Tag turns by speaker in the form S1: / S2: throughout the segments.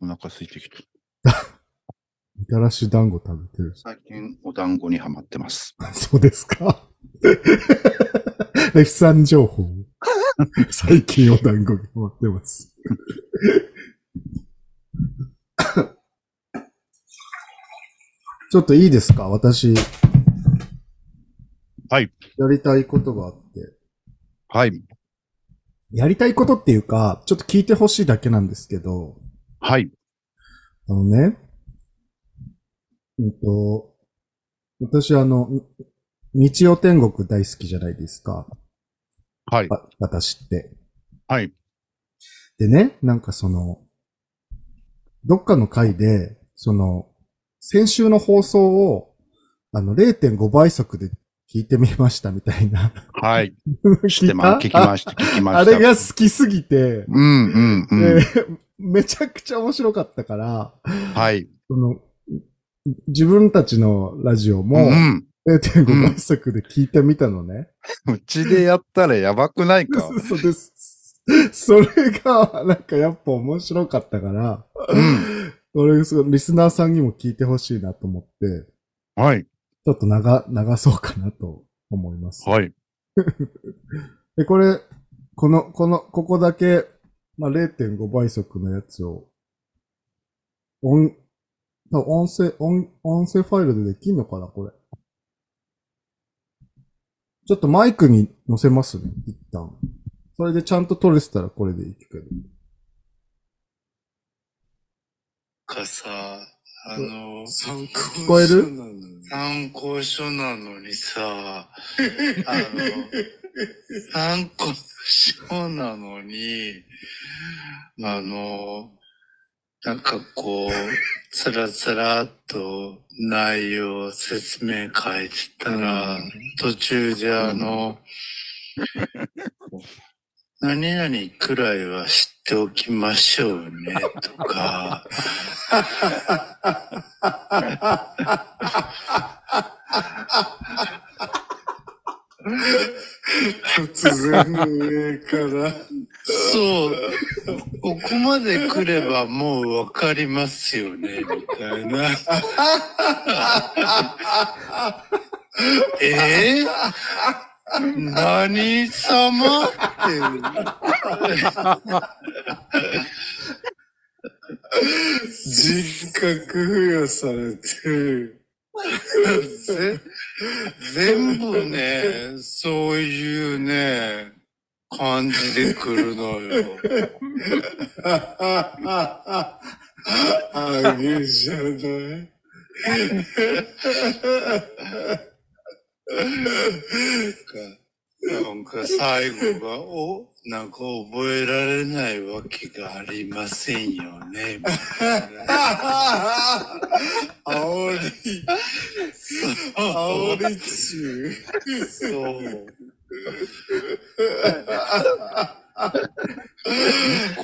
S1: お腹空いてきた。
S2: みたらし団子食べてるし。
S1: 最近お団子にはまってます。
S2: そうですか。 レフさん 情報。最近お団子にハマってます。 ちょっといいですか私。
S1: はい。
S2: やりたいことがあって。
S1: はい。
S2: やりたいことっていうか、ちょっと聞いてほしいだけなんですけど、
S1: はい。
S2: あのね、うんと、私あの、み日曜天国大好きじゃないですか。
S1: はい。
S2: わ私って。
S1: はい。
S2: でね、なんかその、どっかの回で、その、先週の放送を、あの、0.5倍速で聞いてみましたみたいな。
S1: はい。
S2: 聞
S1: 知ってま、聞きま
S2: し
S1: した。聞きました。
S2: あれが好きすぎて、
S1: うんうんうん。
S2: えーめちゃくちゃ面白かったから、
S1: はい。
S2: その、自分たちのラジオも
S1: うん。
S2: 0.5倍速で聞いてみたのね。
S1: うちでやったらやばくないか。
S2: そうです。それが、なんかやっぱ面白かったから、
S1: うん。
S2: 俺、そのリスナーさんにも聞いてほしいなと思って、
S1: はい。
S2: ちょっと流、流そうかなと思います。
S1: はい。
S2: で、これ、この、この、ここだけ、まあ、0.5倍速のやつを、音、多分音声、音、音声ファイルでできんのかな、これ。ちょっとマイクに載せますね、一旦。それでちゃんと撮れてたらこれでいいけど。
S3: かさ、あの、参考
S2: 聞こえる
S3: 参考書なのにさ、あの、参考書なのに、あの、なんかこう、つらつらっと内容説明書いてたら、途中であの、何々くらいは知っておきましょうね、とか、
S2: 突然上から。
S3: そう、ここまで来ればもうわかりますよね、みたいな。えー、何様って。人格付与されてる。全部ね、そういうね、感じでくるのよ。あげじゃない。なんか最後が、お、なんか覚えられないわけがありませんよね。 みたいな煽り、煽り中。そう。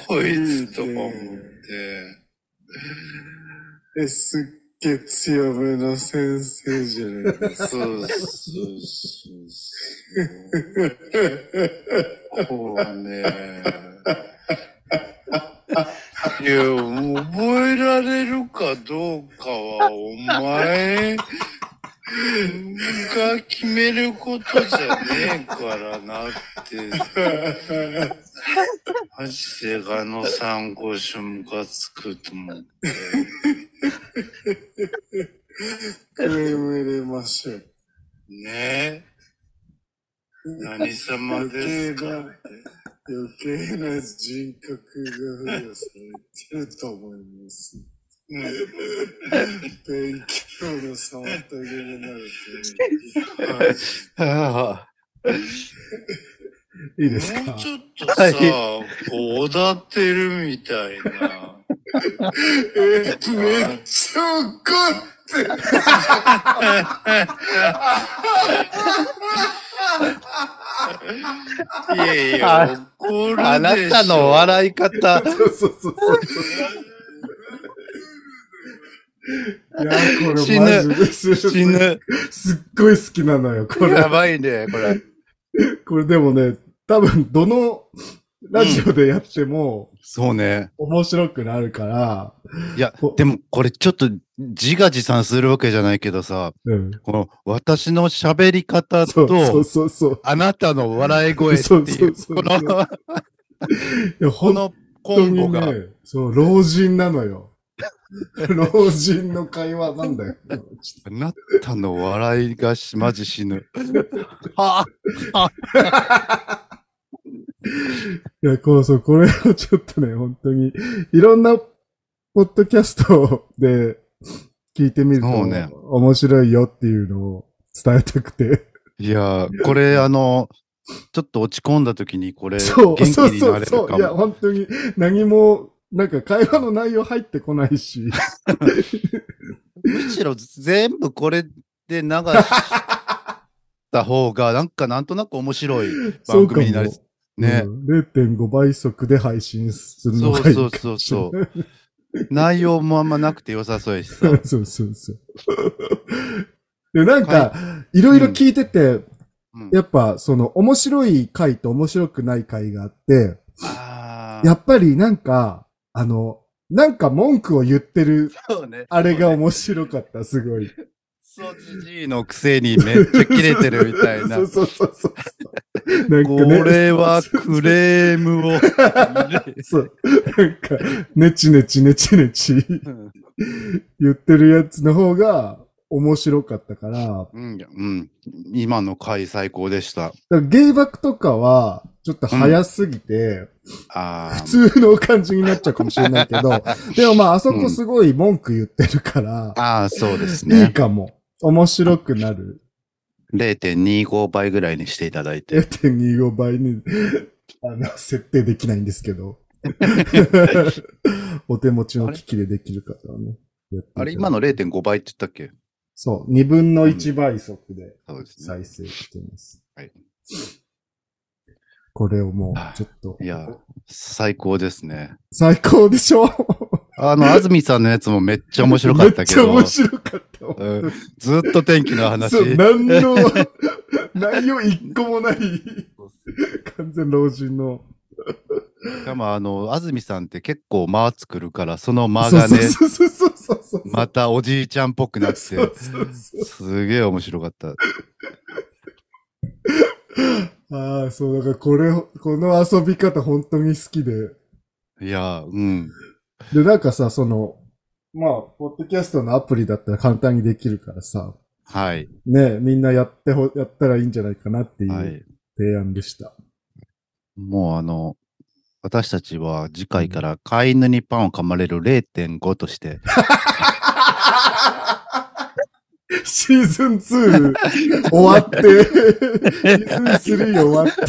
S3: こいつとか思って。え、すっげえ強めの先生じゃないですか。そうそうそうそう。こうはね。いや、覚えられるかどうかはお前が決めることじゃねえからなって。マジでガの参考書ムカつくと思う。
S4: クレーム入れましょう。
S3: ねえ。何様
S4: 余
S3: です
S4: 計な、
S3: か
S4: 余計な人格が付与されてると思います。勉強の妨げになると 思う。
S1: あ
S2: いいですか
S3: もうちょっとさ、こう、おだてるみたいな。
S4: めっちゃ怒ってる
S3: いやいや、怒るでしょ。
S1: あなたの笑い 方。
S2: そうそうそうそう。いや、これマジで
S1: 死。ぬ。
S2: すっごい好きなのよ、これ。
S1: やばいね、これ。
S2: これでもね、多分、どのラジオでやっても
S1: そうね。
S2: 面白くなるから、
S1: いや
S2: お、
S1: でもこれちょっと自画自賛するわけじゃないけどさ、
S2: うん。
S1: この私の喋り方
S2: そうそう
S1: と、
S2: そうそう。
S1: あなたの笑い声って
S2: そう
S1: い、
S2: そううそう
S1: この、
S2: い
S1: こ
S2: や、本
S1: のコ
S2: 当
S1: ンボ
S2: に
S1: が、
S2: ね、そう、老人なのよ。老人の会話な んだよ。
S1: あなたの笑いがし、マジ死ぬ。は
S2: はいや、こうそう、これをちょっとね、本当に、いろんな、ポッドキャストで聞いてみると、
S1: そうね
S2: 面白いよっていうのを伝えたくて。
S1: いやー、これあの、ちょっと落ち込んだ時にこれ、
S2: そ
S1: 元
S2: う、
S1: 気
S2: そう
S1: に
S2: そ
S1: な
S2: う
S1: れる
S2: そう。
S1: か
S2: いや、
S1: も。
S2: 本当に何も、なんか会話の内容入ってこないし。
S1: むしろ全部これで流した方が、なんかなんとなく面白 い 番組になり
S2: そうかも
S1: ね。
S2: うん0.5倍速で配信する
S1: そ
S2: の
S1: う
S2: がいい
S1: そう
S2: か
S1: そう
S2: もしれ
S1: そ。
S2: ないう
S1: 内容もあんまなくて良さそうです。
S2: そうそうそう。で、なんか、いろいろ聞いてて、
S1: うん
S2: やっぱ、その、面白い回と面白くない回があって、
S1: あー
S2: やっぱりなんか、あの、なんか文句を言ってる、
S1: そうね。
S2: あれが面白かった、すごい。
S1: そうねクソじじいのくせにめっちゃ切れてるみたいな
S2: そ。うそうそうそうそう。なんか
S1: こ
S2: ね
S1: れはクレームを。
S2: そう。なんか、ねちねちねちねち言ってるやつの方が面白かったから、だか
S1: うん、うん、今の回最高でした。
S2: らゲイバクとかは、ちょっと早すぎて、
S1: あー
S2: 普通の感じになっちゃうかもしれない けど、でもまあ、あそこすごい文句言ってるから、
S1: あー、そうです
S2: いい
S1: ね。
S2: かも。面白くなる。
S1: 0.25倍ぐらいにしていただいて。
S2: 0.25倍にあの設定できないんです けど。お手持ちの機器でできる方はね。やっていただいて
S1: あれ、今の0.5倍って言ったっけ
S2: そう、2分の1倍速で
S1: そうですね。
S2: 再生してます。
S1: はい
S2: これをもう、ちょっと。
S1: いや、最高ですね。
S2: 最高でしょ
S1: あの、安住さんのやつもめっちゃ面白かったけど。
S2: めっちゃ面白かった。
S1: うんずっと天気の話。
S2: そう、何の、 内容一個もない、完全老人の。
S1: しかもあの、安住さんって結構間作るから、その間がね、
S2: そうそうそうそうそう。
S1: またおじいちゃんっぽくなって、
S2: そうそうそ
S1: すげえ面白かった。
S2: う。ああ、そう、だからこれ、この遊び方本当に好きで。
S1: いやー、うん。
S2: で、なんかさ、その、まあ、ポッドキャストのアプリだったら簡単にできるからさ、
S1: はい。
S2: ね、みんなやってほ、やったらいいんじゃないかなってい
S1: は
S2: う
S1: い。
S2: 提案でした。
S1: もうあの、私たちは次回から飼い犬にパンを噛まれる0.5として、
S2: シーズン2終わって、シーズン3終わって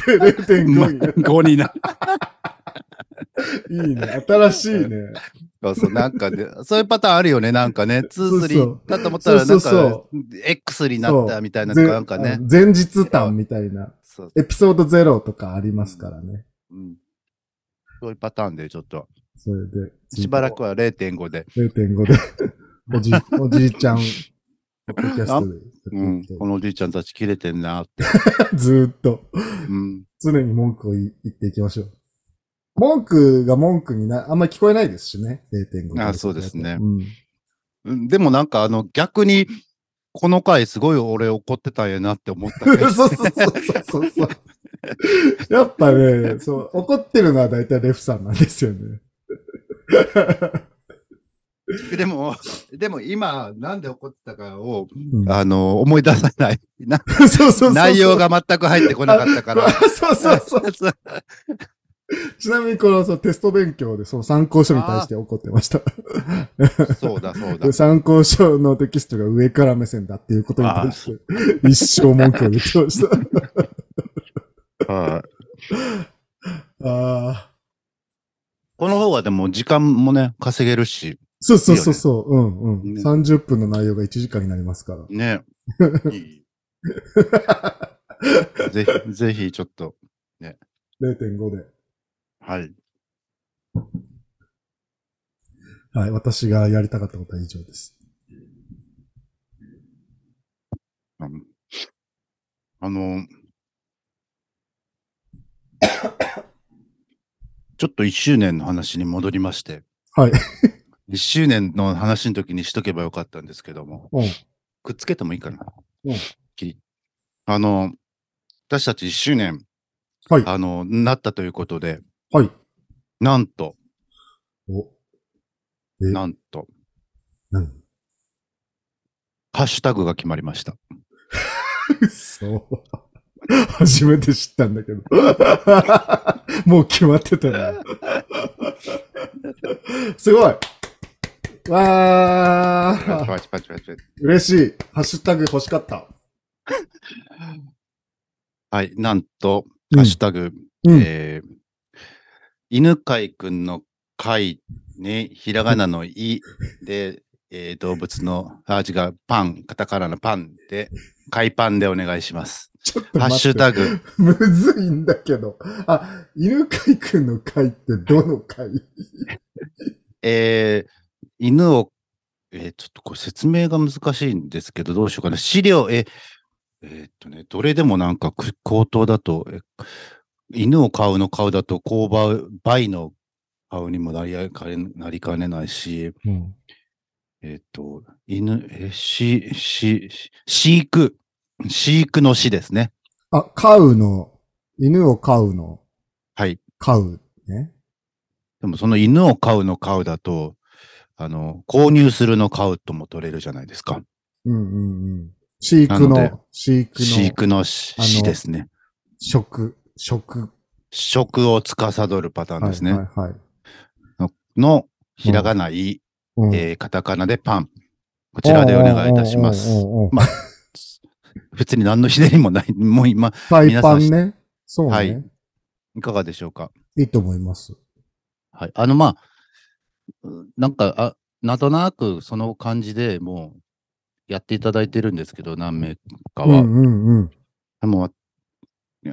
S2: 0.5になる
S1: 5になる。
S2: いいね。新しいね。
S1: そうそう、なんかで、そういうパターンあるよね、なんかね。
S2: そう
S1: 2、3だと思ったら、な
S2: そ
S1: ん
S2: うそう
S1: か
S2: そ、
S1: X になったみたいなとか、なんかね。
S2: 前前日談みたいな。
S1: そう
S2: エピソード0とかありますからね。
S1: うんそういうパターンで、ちょっと、
S2: それで。
S1: しばらくは0.5で。
S2: 0.5で。おじい、おじいちゃん、ポッドキャストで
S1: うん
S2: やっていき、た
S1: このおじいちゃんたち切れてんなって。
S2: い。ずーっと。
S1: うん、
S2: 常に文句を言言っていきましょう。文句が文句にな、あんまり聞こえないですしね。0.5
S1: あそうですね
S2: うん。
S1: うんでもなんかあの逆に、この回すごい俺怒ってたんやなって思ったけど
S2: そうそうそうそうそう。やっぱね、そう、怒ってるのは大体レフさんなんですよね。
S1: でも、でも今なんで怒ってたかを、
S2: うん
S1: あの、思い出さない。な
S2: そうそうそうそう
S1: 内容。が全く入ってこなかった から。
S2: あそうそうそう。
S1: そう
S2: ちなみにこのそうテスト勉強でその参考書に対して怒ってました。。
S1: そうだそうだ
S2: 参考書のテキストが上から目線だっていうことに対 して、一生文句を言ってました。
S1: はい
S2: ああ。
S1: この方はでも時間もね、稼げるし、
S2: そうそうそうそう。うんうん、
S1: ね
S2: 30分の内容が1時間になりますから。
S1: ね。いいぜひ、ぜひちょっと、
S2: 0.5で。
S1: はい。
S2: はい。私がやりたかったことは以上です。
S1: うんあの、ちょっと1周年の話に戻りまして、
S2: はい。
S1: 1周年の話の時にしとけばよかったんですけども、
S2: うん
S1: くっつけてもいいかな。
S2: うん
S1: きあの、私たち1周年、
S2: はい
S1: あの、なったということで、
S2: はい。
S1: なんと、
S2: お、え
S1: なんと、
S2: 何
S1: ハッシュタグが決まりました。
S2: 嘘。初めて知ったんだけど。もう決まってたな。すごいわ
S1: パチ
S2: ー
S1: パチパチパチパチ
S2: 嬉しいハッシュタグ欲しかった。
S1: はい、なんと、
S2: うん
S1: ハッシュタグ、
S2: うん
S1: えー犬飼くんの飼に、ひらがなのいで、えー動物の、あ、違う、パン、カタカナのパンで、飼いパンでお願いします。
S2: ちょっと待って。
S1: ハッシュタグ、
S2: むずいんだけど。あ、犬飼くんの会ってどの会
S1: えー犬を、えーちょっとこれ説明が難しいんですけど、どうしようかな。資料、え、えーっとね、どれでもなんかく口頭だと、え犬を飼うの飼うだと、購買、倍の買うにもなりあかねなりかねないし、
S2: うん。
S1: えーっと、犬、え、し、し、飼育、飼育の死ですね。
S2: あ、飼うの、犬を飼うの、
S1: はい。
S2: 飼うね。
S1: でもその犬を飼うの飼うだと、あの、購入するの飼うとも取れるじゃないですか。
S2: うんうんうん。飼育
S1: なので
S2: の、飼育の、
S1: 飼育の死
S2: あの
S1: 死ですね。
S2: 食、食。
S1: 食を司るパターンですね。
S2: はいはい、はい。
S1: の、ひらがない、
S2: うん
S1: えーカタカナでパン。こちらでお願いいたします。
S2: うんうんうんうん
S1: まあ、別に何のひねりもない、もう今、
S2: 海パンね。そうね、。
S1: はいいいかがでしょうか。
S2: いと思います。
S1: はい。あの、まあ、うんなんか、あ、なんとなくその感じでもう、やっていただいてるんですけど、何名か
S2: う
S1: は。
S2: んうんうん。
S1: でも、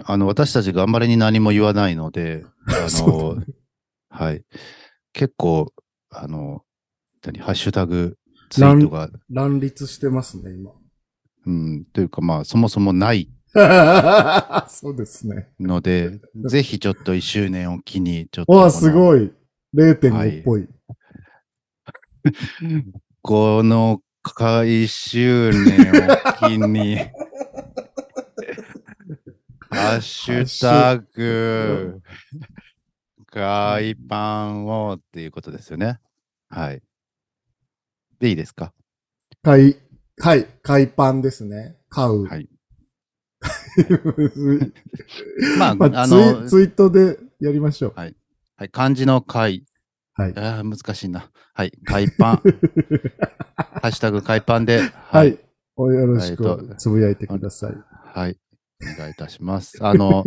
S1: あの、私たち頑張れに何も言わないので、あ
S2: そう
S1: の、はい。結構、あの、何、ハッシュタグ、ツイートが、
S2: 乱立してますね、今。
S1: うん、というかまあ、そもそもない
S2: そうですね。
S1: ので、ぜひちょっと1周年を機に、ちょっとこの。
S2: わあ、すごい。0.5っぽい。
S1: この回周年を機 に、ハッシュタグ、海パンをっていうことですよね。はい。で、いいですか
S2: 海、はい、海パンですね。買う。
S1: はい。
S2: むずい
S1: まあ
S2: まあ、
S1: あ
S2: ツイ
S1: の
S2: ツイートでやりましょう。
S1: はい、漢字の海。
S2: はい。
S1: あー難しいな。はい。海パン。 ハッシュタグ海パンで、
S2: は。
S1: はい
S2: およろし
S1: えー
S2: く
S1: と
S2: つぶやいてください。
S1: はい。お願いいたし ます。あの、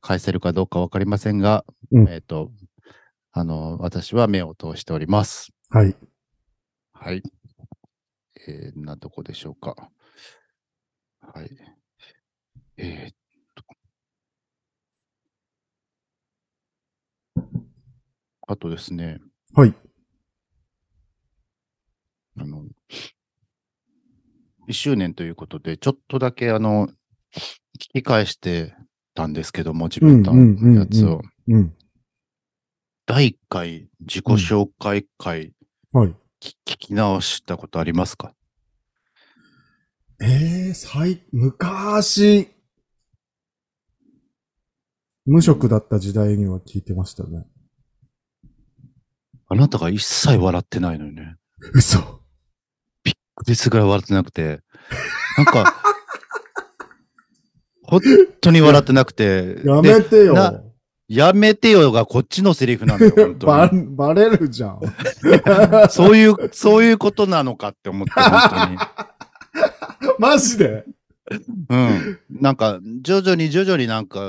S1: 返せるかどうかわかりませんが、
S2: うん
S1: えっ、と、あの、私は目を通しております。
S2: はい。
S1: はい。えー、なとこでしょうか。はい。えーっと。あとですね。
S2: はい。
S1: あの、1周年ということで、ちょっとだけあの、聞き返してたんですけども、自分
S2: うんうんうんうん
S1: のやつを。
S2: うん。
S1: 第1回自己紹介会、
S2: はい。
S1: き聞き直したことありますか
S2: ええー、最、昔、無職だった時代には聞いてましたね。
S1: あなたが一切笑ってないのよね。
S2: 嘘。
S1: クリスぐらい笑ってなくて。なん か、本当に笑ってなくて。
S2: や
S1: で
S2: めてよ。
S1: なやめてよがこっちのセリフなんだよ、本当に
S2: ババレるじゃん。
S1: そういう、そういうことなのかって思っ て、本
S2: マジで
S1: 当に。うん。なんか、徐々に徐々になんか、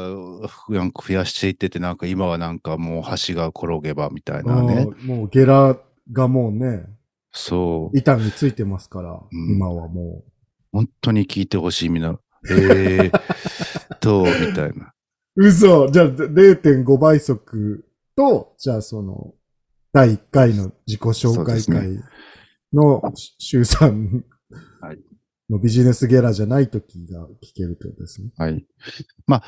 S1: なんか増やしていってて、なんか今はなんかもう橋が転げばみたいなね。
S2: もうもうゲラがもうね、
S1: そう。
S2: 板についてますから、
S1: ん
S2: 今はも
S1: 本当に聞いてほしい、みんな。えー、と、みたいな。
S2: う。嘘じゃあ0.5倍速と、じゃあその、第1回の自己紹介
S1: そうで
S2: 会の週3
S1: はい
S2: のビジネスゲラじゃない時が聞けるってことですね。
S1: はい。まあ、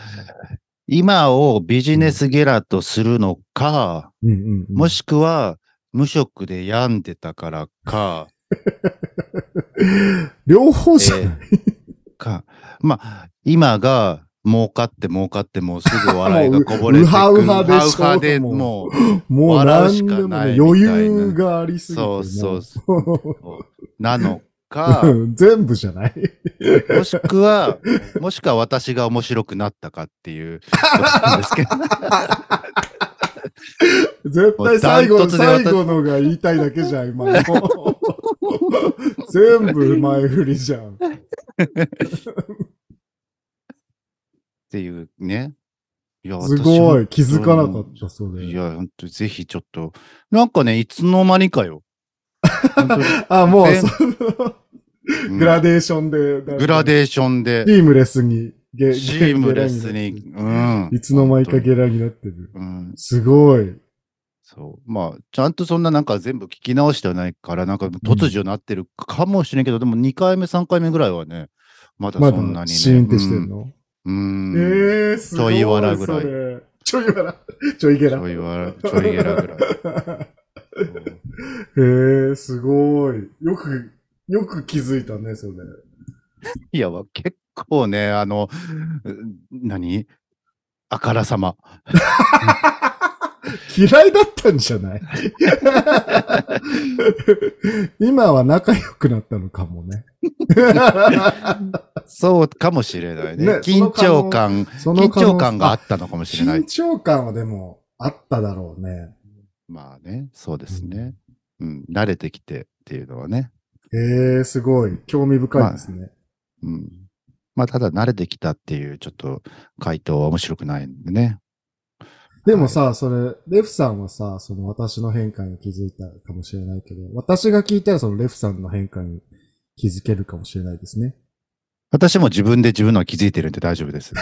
S1: 今をビジネスゲラとするのか、
S2: うんうんうん。
S1: もしくは無職で病んでたからか、
S2: 両方じゃない、
S1: か、まあ、今が儲かって儲かってもうすぐ笑いがこぼれて
S2: もううはうはでし
S1: う
S2: ょ
S1: はうはでも
S2: もう
S1: 笑う
S2: 何
S1: し
S2: で
S1: か
S2: も
S1: ないみたい
S2: ね
S1: な
S2: 余裕がありす
S1: う、
S2: ぎて
S1: そ
S2: ね。
S1: うそう
S2: う
S1: そう、なのか、
S2: ん全部じゃない
S1: もしくは、もしくは私が面白くなったかって いうことなんですけど、
S2: 絶対最
S1: も
S2: 後、
S1: うダントツで私
S2: 最後のが言いたいだけじゃん、今の。全部前振りじゃん。
S1: っていうね。いや
S2: すごい、気
S1: 私も
S2: づかなかった、それ。
S1: いや、本当ぜひちょっと、なんかね、いつの間にかよ。本 当に
S2: あ、もう、
S1: 全
S2: その、グラデーションで。
S1: うんグラ
S2: ー
S1: デーションで
S2: シ、ームレスに、ゲゲ
S1: チームレスに、
S2: ゲラ
S1: うん
S2: に。いつの間にかゲラになってる。
S1: うん、
S2: すごい。
S1: そう。まあ、ちゃんとそんななんか全部聞き直してはないから、なんか突如なってるかもしれんけど、でも2回目、3回目ぐらいはね、まだ
S2: ま
S1: そんなにね。
S2: だ、シーンってしてんの、
S1: うん。うん
S2: ええー、すごい。
S1: ちょいわらぐらい
S2: それ。ちょいわら。 ちょいゲ
S1: ち
S2: ラ。
S1: ょい
S2: へ
S1: わら、ちょいゲラぐ らい。そう
S2: えー、すごい。よく、よく気づいたね、それ。
S1: いや、わ結構ね、あの、うん何あからさま。
S2: 嫌いだったんじゃない今は仲良くなったのかもね。
S1: そうかもしれないね。
S2: ね
S1: 緊張感、
S2: そ
S1: 緊
S2: 可能
S1: 張感があったのかもしれな
S2: 緊
S1: い。
S2: 張感はでもあっただろうね。
S1: まあね、そうですね。うん、慣れてきてっていうのはね。
S2: えー、すごい。興味深いですね。
S1: うん。まあ、ただ慣れてきたっていう、ちょっと回答は面白くないんでね。
S2: でもさ、それ、レフさんはさ、その私の変化に気づいたかもしれないけど、私が聞いたらそのレフさんの変化に気づけるかもしれないですね。
S1: 私も自分で自分のは気づいてるんで大丈夫 です。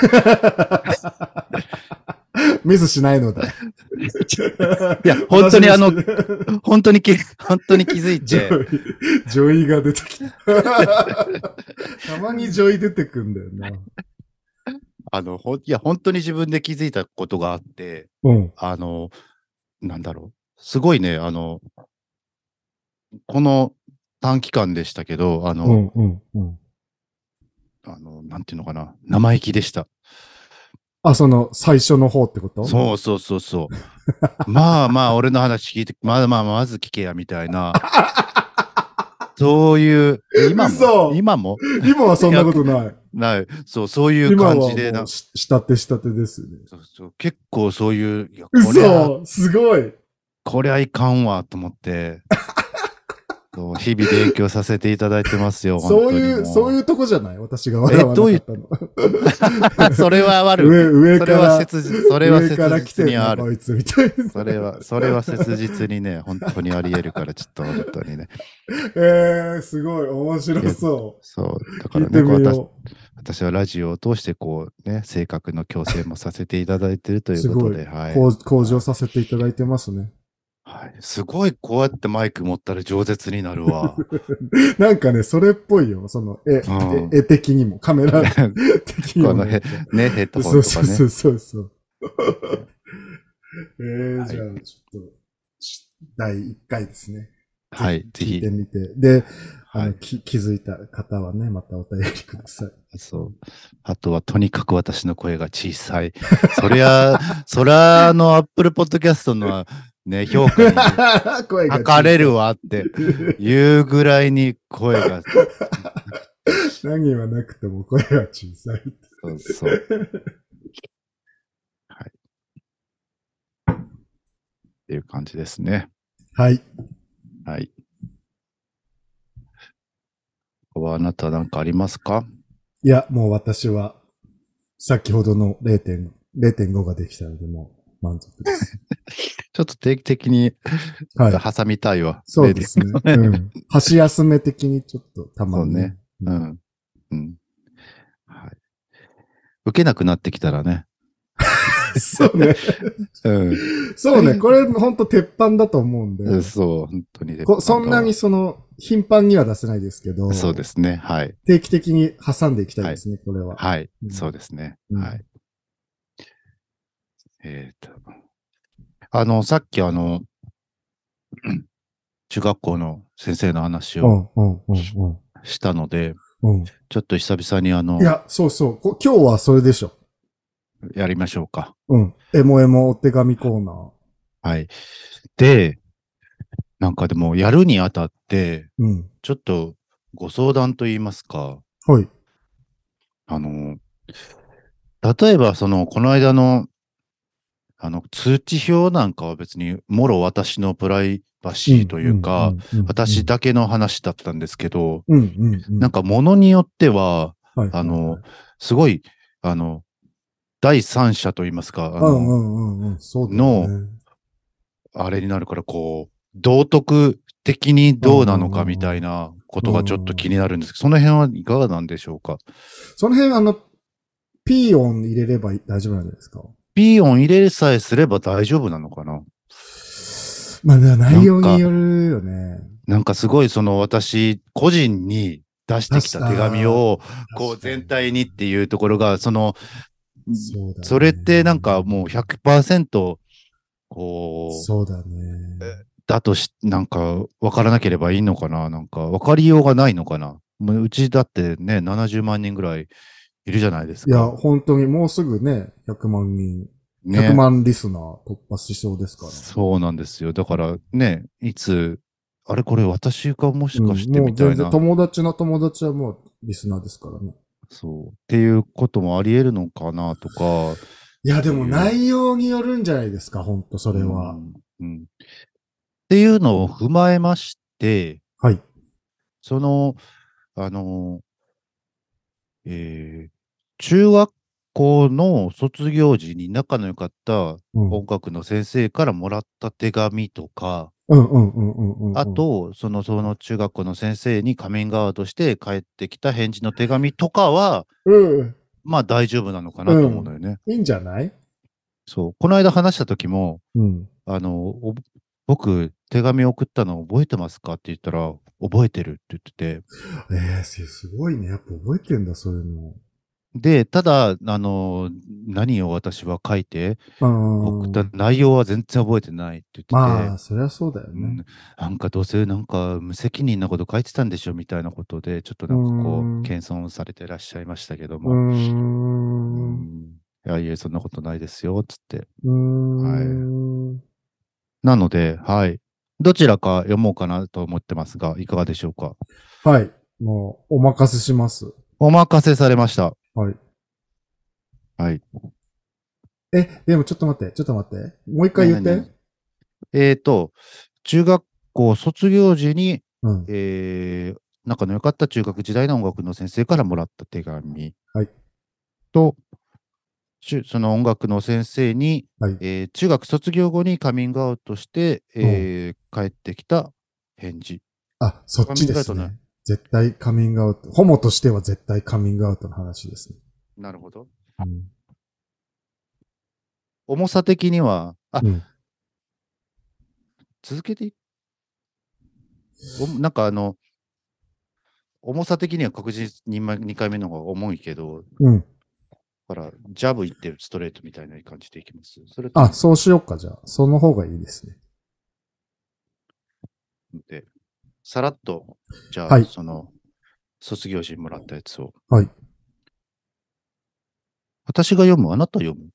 S2: ミスしないので。
S1: いや、 本当にあの
S2: 私、もし
S1: 本当にき、本当に気 づ い
S2: ジ
S1: て、
S2: ョイ、ジョイが出て きた。たまにジョイ出てくんだよな。
S1: あの、ほんいや、本当に自分で気づいたことがあって、
S2: うん。
S1: あの、なんだろう。すごいね、あの、この短期間でしたけど、あの、
S2: うん、うん、うん。
S1: あの、なんていうのかな、生意気でした。
S2: あ、その、最初の方ってことう。
S1: そうそうそうそう。 まあまあ、俺の話聞いて、まあまあ、まず聞けや、みたい な。そういう、今も
S2: 嘘、
S1: 今も、
S2: 今はそんなことない。
S1: ない、そう、そういう
S2: 今は
S1: 感
S2: も
S1: じでな
S2: う、し、したてしたてですね。
S1: そうそう結構そういう、いやこれは、
S2: 嘘すごい
S1: こりゃいかんわ、と思 って。そう日々勉強させていただいてますよ。
S2: そういう、そう
S1: う。
S2: いうとこじゃない私が笑わなかった の。
S1: それはある。
S2: 上、上
S1: そ
S2: か
S1: れは
S2: ら、
S1: 切実、それは
S2: 上から来
S1: 切
S2: て
S1: 実
S2: る
S1: にあ
S2: な、
S1: る。
S2: こいつみたいな。
S1: それは、それは切実にね、本当にあり得るから、ちょっと本当にね。
S2: えー、すごい、面白そ
S1: そう、だ
S2: う。
S1: か
S2: 聞
S1: ら
S2: いて
S1: ね、こ
S2: み
S1: う私私
S2: よ
S1: はラジオを通して、こうね、性格の矯正もさせていただいているということで、
S2: す
S1: は
S2: う。
S1: い、
S2: 向向上させていただいてますね。
S1: はい。すごい、こうやってマイク持ったら饒舌になるわ。
S2: なんかね、それっぽいよ。その、絵、
S1: うん
S2: 絵絵的にも、カメ ラ的にも。
S1: このへね、ヘッドホ
S2: そ
S1: ン
S2: う
S1: と
S2: そ
S1: か
S2: うそ
S1: ね。
S2: うそうそう。 えー、じゃあ、ちょっと、し第1回ですね。
S1: はい、ぜ
S2: 聞い
S1: ひ
S2: て。みて。で、あ
S1: は
S2: の
S1: い
S2: き気づいた方はね、またお便りくだ さい。
S1: そう。あとは、とにかく私の声が小さい。そりゃ、 そりゃ、あの、アップルポッドキャストのね、評価に
S2: 声が
S1: 書かれるわっていうぐらいに声が、
S2: 何はなくても声は小さい。
S1: そうそう。 はい。っていう感じですね。
S2: はい。
S1: はい。ここはあなたなんかありますか
S2: いや、もう私は、先ほどの0.5 0.5ができたので、もう満 足です。
S1: ちょっと定期的に
S2: はい。
S1: 挟みたいわ。
S2: そうですね。うん。箸休め的にちょっとたまに、
S1: う。ん。うん。はい。受けなくなってきたらね。
S2: そうね。
S1: う
S2: そ うね。これ、ほんと鉄板だと思うんで。
S1: ん。そう、本当にね
S2: こそんなにその、頻繁には出せないですけど。
S1: そうですね。はい。
S2: 定期的に挟んでいきたいですね、これは。
S1: はい。
S2: うん
S1: そうですね。
S2: うん
S1: はい。えーと、あの、さっきあの、 うん中学校の先生の話
S2: う
S1: を
S2: ん、うん、うん、
S1: したので、
S2: うん。う
S1: ちょっと久々にあの
S2: ん。い、や、そうそう。こ今日はそれでしょ。
S1: やりましょうか。
S2: うん。エモエモお手紙コーナー。
S1: はい。で、なんかでも、やるにあたって、
S2: うん。
S1: ちょっとご相談といいますか、
S2: はい。
S1: あの、例えば、その、この間の、あの、通知表なんかは別に、もろ私のプライバシーというか、
S2: ん、うん
S1: 私、だけの話だったんですけど、
S2: うんうんうんうん、
S1: なんか物によっては、
S2: はい、
S1: あの、すごい、あの、第三者といいますか、あ
S2: う
S1: の、
S2: んうんうんうん、そうだよね、
S1: あれになるから、こう、道徳的にどうなのかみたいなことがちょっと気になるんですけど、その辺はいかがなんでしょうか。
S2: その辺、あの、ピー音入れれば大丈夫なんじゃないですか。
S1: ピー音入れさえすれば大丈夫なのかな
S2: まあ、でも内容によるよね。
S1: なんかすごいその私個人に出してきた手紙をこう全体にっていうところがその
S2: そうだね
S1: それってなんかもう100%こう
S2: そうだね。
S1: だとしなんか分からなければいいのかななんか分かりようがないのかなもううちだってね70万人ぐらいいるじゃないです
S2: いや、
S1: か。
S2: 本当にもうすぐね、100万人、
S1: ね
S2: 100万リスナー突破しそうですから。
S1: そうなんですよ。だからね、いつ、あれこれ私がもしかして
S2: うんもう
S1: みた
S2: 全
S1: いな
S2: 然。友達の友達はもうリスナーですからね。
S1: そう。っていうこともあり得るのかなとか。
S2: いや、でも内容によるんじゃないですか、本当それは。
S1: うんうんっていうのを踏まえまして、
S2: はい。
S1: その、あの、えー中学校の卒業時に仲の良かった
S2: うん
S1: 音楽の先生からもらった手紙とか、
S2: うんうんうんうんうんうん。
S1: あ、と、その、その中学校の先生にカミングアウトして帰ってきた返事の手紙とかは、
S2: うん。
S1: まあ大丈夫なのかなと思うのよね。
S2: いいんじゃない
S1: そう。この間話した時も、
S2: うん。
S1: あの、お僕、手紙送ったの覚えてますかって言ったら、覚えてるって言ってて。
S2: ええすすごいね。やっぱ覚えてんだ、そういうの。
S1: で、ただ、あの、何を私は書いて、
S2: うん
S1: 送った内容は全然覚えてないって言ってて。
S2: まあ、そりゃそうだよ
S1: うん
S2: ね。
S1: なんかどうせなんか無責任なこと書いてたんでしょみたいなことでちょっとなんかこ
S2: うん
S1: う謙遜されてらっしゃいましたけど
S2: うー。
S1: も、うんんいやいやそんなことないですよつって
S2: うーん。
S1: なのではいどちらか読もうかなと思ってますがいかがでしょうか
S2: はい。もう、お任せします。
S1: お任せされました
S2: はい。
S1: はい。
S2: え、でもちょっと待って、ちょっと待って。もう一回言っ
S1: 何
S2: て
S1: 々。えー、と、中学校卒業時に、
S2: うん。
S1: えー仲の良かった中学時代の音楽の先生からもらった手紙。
S2: はい
S1: と、しゅその音楽の先生に、
S2: はい
S1: えー中学卒業後にカミングアウトして、えー帰ってきた返事。
S2: あ、そっちです
S1: カミングアウト
S2: ね。絶対カミングアウト。ホモとしては絶対カミングアウトの話ですね。
S1: なるほど。
S2: うん
S1: 重さ的には、あ、
S2: うん
S1: 続けていおなんかあの、重さ的には確実に2回目の方が重いけど、
S2: うん。
S1: だから、ジャブいってストレートみたいな感じでいきます。それと
S2: あ、そうしようか、じゃあ。その方がいいですね。
S1: で、さらっと、じゃあ、
S2: はい
S1: その、卒業時にもらったやつを。
S2: はい。
S1: 私が読む、あなた読む。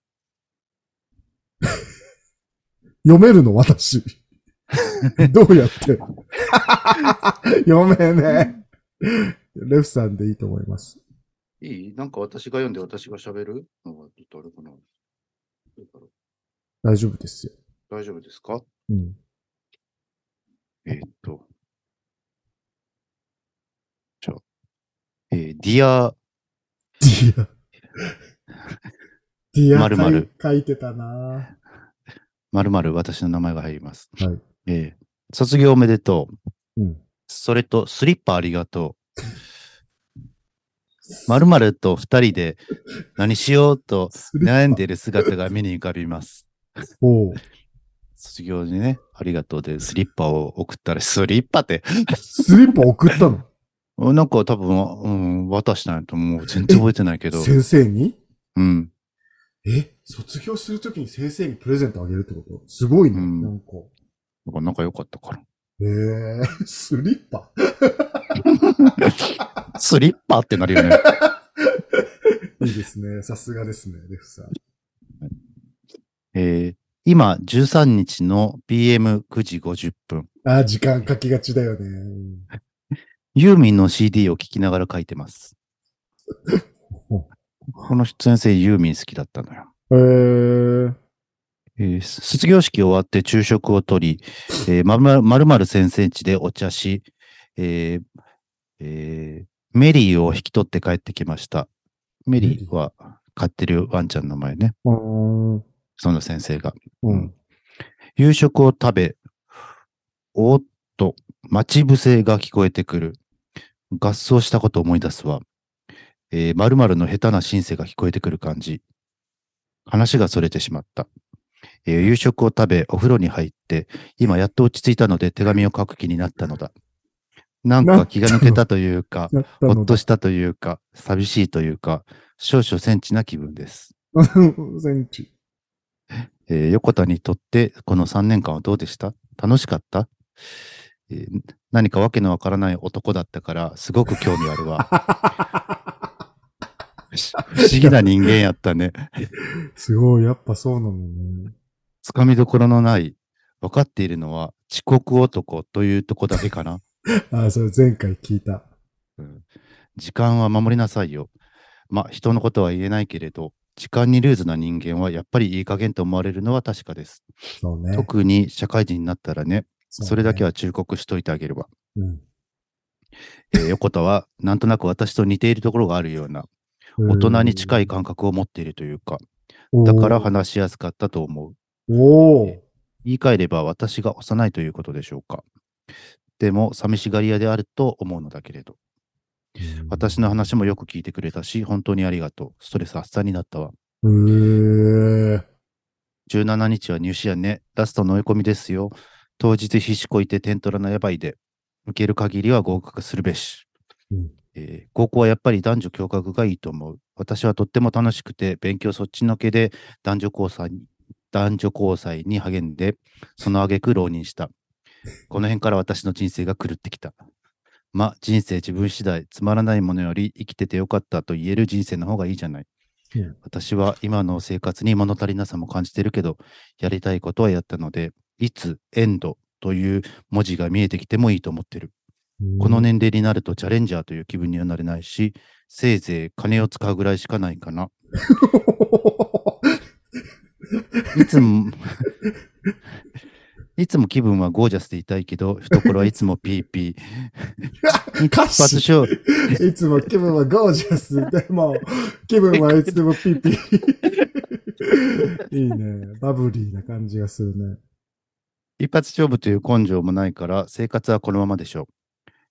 S2: 読める の、私。どうやって。読めねえ。レフさんでいいと思います。
S1: いいなんか私が読んで私が喋るのがちょっとあれかな。どうだろう
S2: 大丈夫ですよ。
S1: 大丈夫ですか
S2: うん。
S1: えーっと。じゃあ、えー、ディア、
S2: ディア。ディア
S1: 丸々
S2: 書い書いてたな
S1: まるまる私の名前が入ります。
S2: はい
S1: えー卒業おめでとう。
S2: うん。
S1: それと、スリッパありがとう。まるまると二人で何しようと
S2: スリッパ
S1: 悩んでいる姿が目に浮かびます。
S2: おう
S1: 卒業にね、ありがとうでスリッパを送ったら、スリッパって、
S2: スリッパ送ったの
S1: なんか多分、うん、渡したんやともう全然覚えてないけど、
S2: 先生に
S1: うん。
S2: え卒業するときに先生にプレゼントあげるってことすごいね。
S1: うん
S2: なんか。
S1: なんか仲良かったから。
S2: ええー、スリッパ
S1: スリッパってなるよ ね。
S2: いいですね。さすがですね、レフさん。
S1: えー今、13日の PM9 時50分。
S2: あー時間かきがちだよね。うん
S1: ユーミンの CD を聴きながら書いてます。
S2: ほ
S1: この先生ユーミン好きだったのよ。
S2: えー、
S1: えー卒業式終わって昼食をとり、えー、まるまるまる先生家でお茶し、えーえーメリーを引き取って帰ってきました。メリーは飼ってるワンちゃんの名前ね。
S2: うーん。
S1: その先生が。
S2: うん。
S1: 夕食を食べ、おーっと、待ち伏せが聞こえてくる。合奏したことを思い出すわ。えー、〇〇の下手なシンセが聞こえてくる感じ。話がそれてしまった。えー夕食を食べ、お風呂に入って、今やっと落ち着いたので手紙を書く気になったのだ。なんか気が抜けたというか、
S2: やった
S1: ほっ
S2: の
S1: と
S2: だ。
S1: したというか、寂しいというか、少々センチな気分です。
S2: センチ。
S1: えー横田にとってこの3年間はどうでした楽しかった、えー何かわけのわからない男だったからすごく興味あるわ。不思議な人間やったね。
S2: すごい、やっぱそうなのね。
S1: つかみどころのない、分かっているのは遅刻男というとこだけかな。
S2: あーそれ前回聞いた。
S1: 時間は守りなさいよ。まあ、人のことは言えないけれど、時間にルーズな人間はやっぱりいい加減と思われるのは確かです。
S2: そうね。
S1: 特に社会人になったらね、
S2: うね
S1: それだけは忠告しといてあげるわ。
S2: うん
S1: えー横田はなんとなく私と似ているところがあるような大人に近い感覚を持っているというか
S2: うん
S1: だから話しやすかったと思う
S2: おー
S1: 言い換えれば私が幼いということでしょうかでも寂しがり屋であると思うのだけれど私の話もよく聞いてくれたし本当にありがとうストレス発散になったわ
S2: へー
S1: 17日は入試やねラストの追い込みですよ当日必死こいて点取らなやばいで受ける限りは合格するべし
S2: うん
S1: えー高校はやっぱり男女共学がいいと思う。私はとっても楽しくて、勉強そっちのけで男女交際に男女交際に励んで、その挙句浪人した。この辺から私の人生が狂ってきた。ま、人生自分次第、つまらないものより生きててよかったと言える人生の方がいいじゃない
S2: うん。
S1: 私は今の生活に物足りなさも感じてるけど、やりたいことはやったので、いつ、エンドという文字が見えてきてもいいと思ってる。この。年齢になるとチャレンジャーという気分にはなれないし、せいぜい金を使うぐらいしかないかな。いつも、いつも気分はゴージャスでいたいけど、懐はいつもピーピー。一
S2: 歌詞
S1: 発勝
S2: いつも気分はゴージャスでも、気分はいつでもピーピ ー。いいね。バブリーな感じがするね。
S1: 一発勝負という根性もないから、生活はこのままでしょう。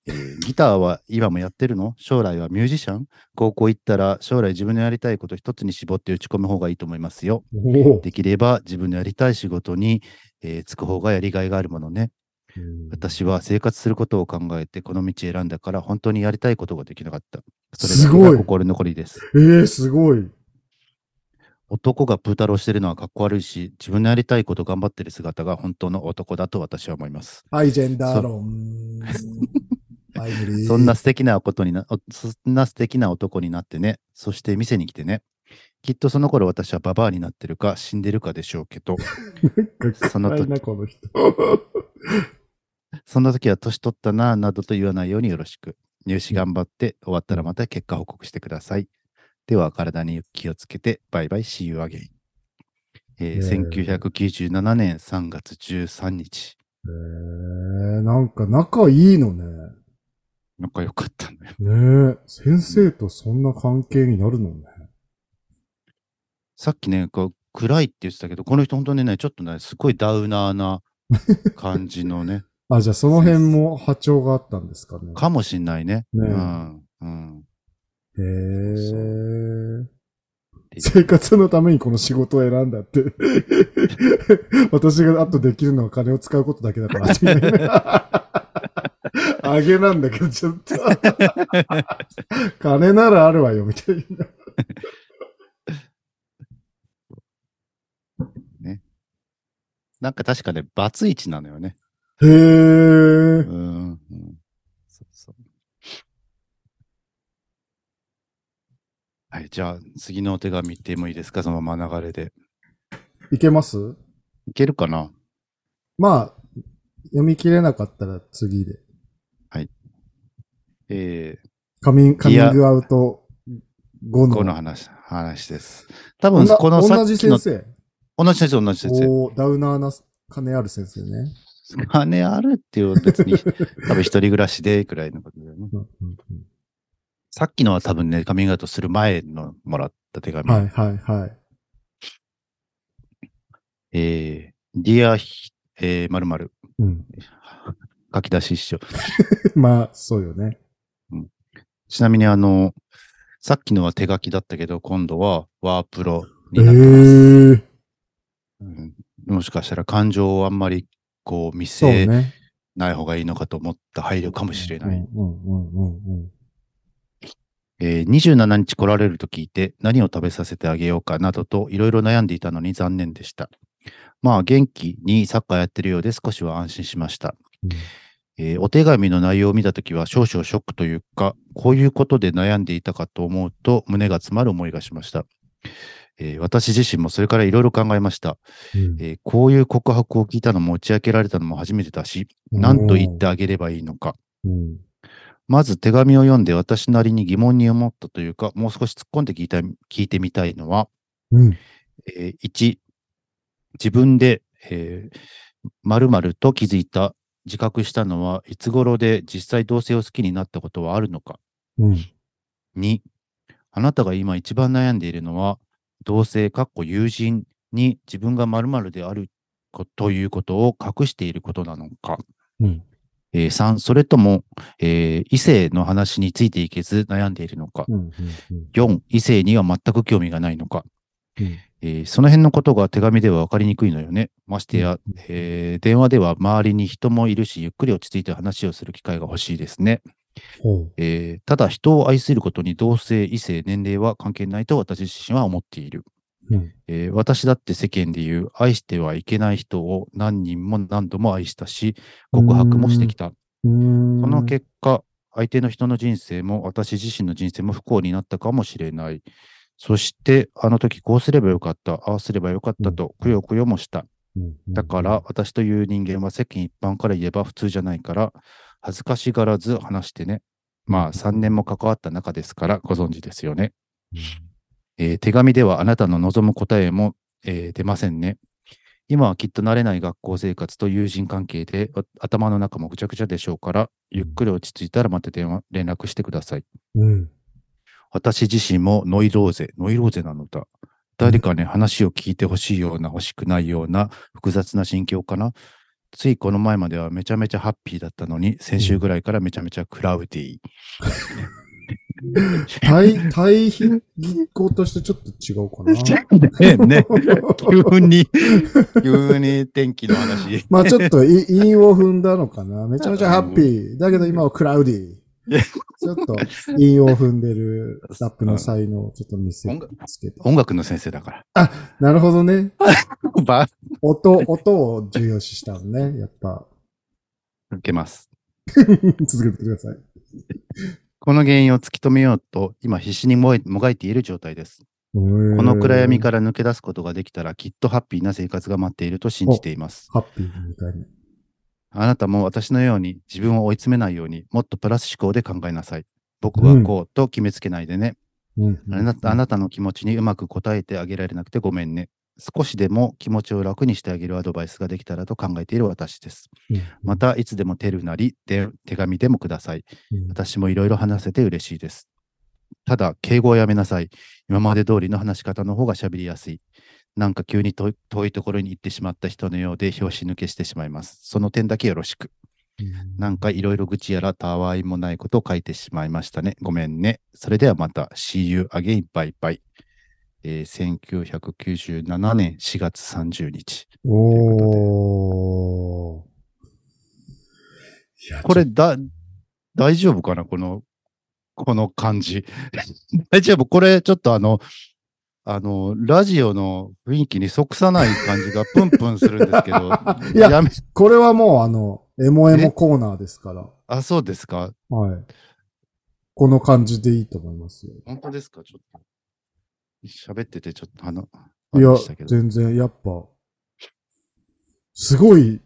S1: えーギターは今もやってるの将来はミュージシャン高校行ったら将来自分のやりたいこと一つに絞って打ち込む方がいいと思いますよ。
S2: お
S1: できれば自分のやりたい仕事に、えー就く方がやりがいがあるものね。私は生活することを考えてこの道選んだから本当にやりたいことができなかった。そ
S2: す
S1: れ
S2: ごい
S1: だけが心残りです。
S2: えー、すごい。
S1: 男がプータローしてるのはかっこ悪いし、自分のやりたいこと頑張ってる姿が本当の男だと私は思います。
S2: はい、ジェンダー論。はい、無理
S1: そんな。素敵なことにな、おそんな素敵な男になってね。そして店に来てね。きっとその頃私はババアになってるか死んでるかでしょうけ ど、その
S2: な
S1: 時
S2: いな、この人。
S1: そんな時は年取ったな、などと言わないようによろしく。入試頑張って、終わったらまた結果報告してください。では、体に気をつけて、バイバイ、See you again。えー1997年3月13日。
S2: えー、なんか仲いいのね。
S1: 仲良かったんだよ。
S2: ねえ、先生とそんな関係になるのね。
S1: さっきね、こう暗いって言ってたけど、この人本当にね、ちょっとね、すごいダウナーな感じの ね、
S2: あ、じゃあその辺も波長があったんですかね。
S1: かもしんないね。
S2: ね
S1: うん。うん。
S2: へえ。
S1: で
S2: 生活のためにこの仕事を選んだって。 私があとできるのは金を使うことだけだからっていう。 あげなんだけど、ちょっと。 金ならあるわよ、みたいな。
S1: なんか確かね、バツイチなのよね。
S2: へえ
S1: う。ん。うんそうそうはい、じゃあ次のお手紙行ってもいいですかそのまま流れで。
S2: いけます
S1: いけるかな
S2: まあ、読み切れなかったら次で。
S1: え
S2: カミンカミングアウト後
S1: ー、
S2: の。
S1: この話、話です。多
S2: お
S1: 分、
S2: な
S1: このさ
S2: 同
S1: っ
S2: じ
S1: きの
S2: 先、生。
S1: 同じ先生、同じ先
S2: おーダウナーな金ある先生ね。
S1: 生。金あるっていう、別 に、多分一人暮らしで、くらいのことだよね。
S2: うんうんうん
S1: さっきのは多分ね、カミングアウトする前のもらった手紙。
S2: はいはいはい。
S1: えー、ディア、えー、〇〇。
S2: うん、
S1: 書き出し一緒。
S2: まあ、そうよね。
S1: ちなみにあの、さっきのは手書きだったけど、今度はワープロ
S2: ええ
S1: になってます。うんもしかしたら感情をあんまりこう見
S2: そう
S1: せ
S2: ね。
S1: ない方がいいのかと思った配慮かもしれない。
S2: うんうんうんうんうん。
S1: えー27日来られると聞いて何を食べさせてあげようかなどといろいろ悩んでいたのに残念でした。まあ元気にサッカーやってるようで少しは安心しました。
S2: うん
S1: えーお手紙の内容を見たときは少々ショックというか、こういうことで悩んでいたかと思うと胸が詰まる思いがしました。えー私自身もそれからいろいろ考えました、
S2: うん
S1: えーこういう告白を聞いたのも打ち明けられたのも初めてだし、何と言ってあげればいいのか。
S2: うん
S1: まず手紙を読んで私なりに疑問に思ったというか、もう少し突っ込んで聞いた聞いてみたいのは、
S2: うん。
S1: えー1、自分で、えー、〇〇と気づいた、自覚したのはいつ頃で実際同性を好きになったことはあるのか。
S2: うん。
S1: 2、あなたが今一番悩んでいるのは、同性、かっこ友人に自分が〇〇であるこということを隠していることなのか。
S2: うん。
S1: えー3、それとも、えー異性の話についていけず悩んでいるのか。
S2: うん。うん
S1: 4、異性には全く興味がないのか。
S2: うん
S1: えーその辺のことが手紙では分かりにくいのよね。ましてや、えー電話では周りに人もいるし、ゆっくり落ち着いて話をする機会が欲しいですね。
S2: ほう。
S1: えーただ、人を愛することに同性、異性、年齢は関係ないと私自身は思っている。
S2: うん
S1: えー私だって世間で言う愛してはいけない人を何人も何度も愛したし、告白もしてきた。
S2: うーん
S1: その結果、相手の人の人生も私自身の人生も不幸になったかもしれない。そして、あの時こうすればよかった、ああすればよかったと、くよくよもした。
S2: うん
S1: だから、私という人間は世間一般から言えば普通じゃないから、恥ずかしがらず話してね。まあ、3年も関わった中ですから、ご存知ですよね。えー手紙ではあなたの望む答えも、えー出ませんね。今はきっと慣れない学校生活と友人関係であ頭の中もぐちゃぐちゃでしょうから、ゆっくり落ち着いたらまた電話、連絡してください。
S2: うん。
S1: 私自身もノイローゼ、ノイローゼなのだ。誰かね、話を聞いてほしいような、欲しくないような、複雑な心境かな。ついこの前まではめちゃめちゃハッピーだったのに、先週ぐらいからめちゃめちゃクラウディー。
S2: 対、 対比銀行としてちょっと違うかな。
S1: ね ね、急に、急に天気の話。
S2: まあちょっとい韻を踏んだのかな。めちゃめちゃハッピー。だけど今はクラウディ。 ちょっと韻を踏んでるラップの才能をちょっと見せつけて。
S1: 音楽の先生だから。
S2: なるほどね。
S1: ば、
S2: 音、音を重要視したのね。やっぱ。
S1: 受けます。
S2: 続けてください。
S1: この原因を突き止めようと、今必死にもえもがいている状態です。
S2: こ
S1: この暗闇
S2: が
S1: から抜け出すことができたら、きっとハッピーな生活が待っていると信じています。
S2: ハッピー2回目。
S1: あなたも私のように自分を追い詰めないように、もっとプラス思考で考えなさい。僕はこうと決めつけないでね。
S2: うん
S1: あなたあなたの気持ちにうまく応えてあげられなくてごめんね。少しでも気持ちを楽にしてあげるアドバイスができたらと考えている私です。
S2: うん
S1: また、いつでもテルなりで手紙でもください。
S2: うん
S1: 私もいろいろ話せて嬉しいです。ただ、敬語はやめなさい。今まで通りの話し方の方が喋りやすい。なんか急に遠い遠いところに行ってしまった人のようで拍子抜けしてしまいます。その点だけよろしく。なんかいろいろ愚痴やらたわいもないことを書いてしまいましたね。ごめんね。それではまた。See you again. Bye bye. えー1997年4月30日。
S2: おー。いや、
S1: これだ、大丈夫 かなこの、この感じ。大丈夫これちょっとあの、あの、ラジオの雰囲気に即さない感じがプンプンするんですけど
S2: いや
S1: め、
S2: これはもうあの、エモエモコーナーですから。
S1: あ、そうですか
S2: はい。この感じでいいと思いますよ。
S1: 本当ですかちょっと。喋っててちょっと、あの、
S2: いや
S1: あれでしたけ、ど
S2: 全然、やっぱ、すごい、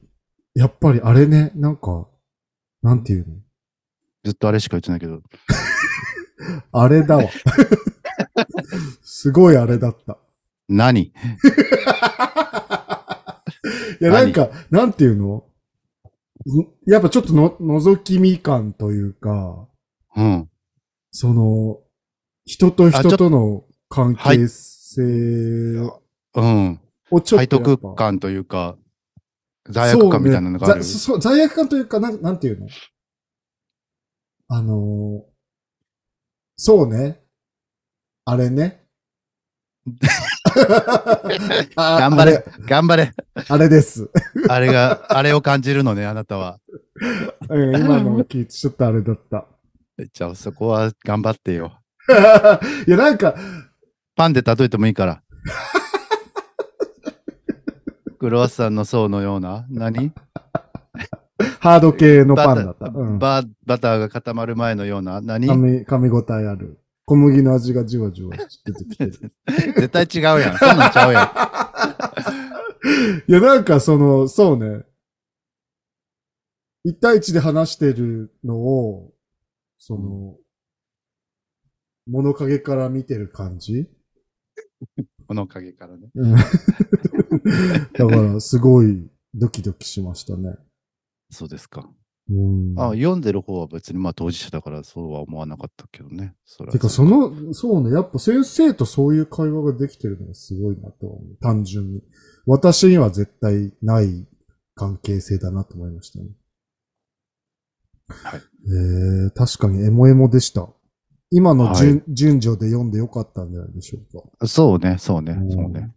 S2: やっぱりあれね、なんか、なんていう
S1: ずっとあれしか言ってないけど、
S2: の あれだわ。すごいあれだった。
S1: 何
S2: いや、なんか、なんていうのんやっぱちょっとの、覗き見感というか、
S1: うん。
S2: その、人と
S1: あちょ
S2: 人
S1: っ
S2: との関
S1: はい
S2: 係性
S1: うん。
S2: をちょっ
S1: 背
S2: とやっぱ。
S1: 徳感というか、罪悪感みたいなのがある。
S2: そうねざそう罪悪感というか、なんなんていうのあのーそうね。あれね。あ
S1: 頑張
S2: あ
S1: れ、頑張れ。
S2: あれです。
S1: あれが、あれを感じるのね、あなたは。
S2: うん今のを聞いてちょっとあれだった。
S1: じゃあそこは頑張ってよ。
S2: いや、なんか、
S1: パンで例えてもいい から。クロワッサンの層のような何
S2: ハード系のパ
S1: バ
S2: ン
S1: タ
S2: だった。うん、
S1: ババターが固まる前のような何
S2: 噛み噛み応えある。小麦の味がじわじわ出てき て。
S1: 絶対違うやん。そんなんちゃうや ん。
S2: い や、なんかその、そうね。一対一で話してるのを、その、物陰から見てる感じ
S1: この陰からね。
S2: うん だから、すごいドキドキしましたね。
S1: そうですか。
S2: うん。
S1: あ読んでる方は別にまあ当事者だからそうは思わなかったけどね。それは
S2: てか、その、そうね、やっぱ先生とそういう会話ができてるのがすごいなとは思う。単純に。私には絶対ない関係性だなと思いましたね。
S1: はい。
S2: えー、確かにエモエモでした。今の順,、
S1: は
S2: 順序で読んでよかったんじゃないでしょうか。
S1: そうね、そうね
S2: う、ん
S1: そうね。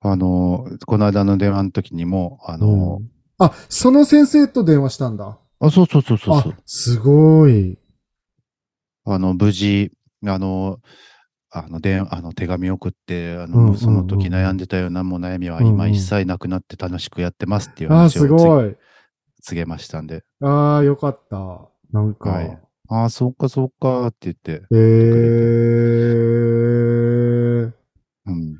S1: あの、この間の電話の時にも、あの
S2: う、んあ、その先生と電話したんだ。
S1: あ、そうそうそうそうそう
S2: あ、すごい。
S1: あの、無事、あの、あの、であの手紙送って、あ
S2: うんうんう
S1: の、
S2: ん
S1: その時悩んでたようなもう悩みは
S2: うんうん
S1: 今一切なくなって楽しくやってますっていう
S2: あ、
S1: 話
S2: す
S1: をつ
S2: ごい。
S1: 告げましたんで、
S2: あー、よかった。なんか。
S1: はいああ、そうかそうかって言って、
S2: えー。
S1: うん。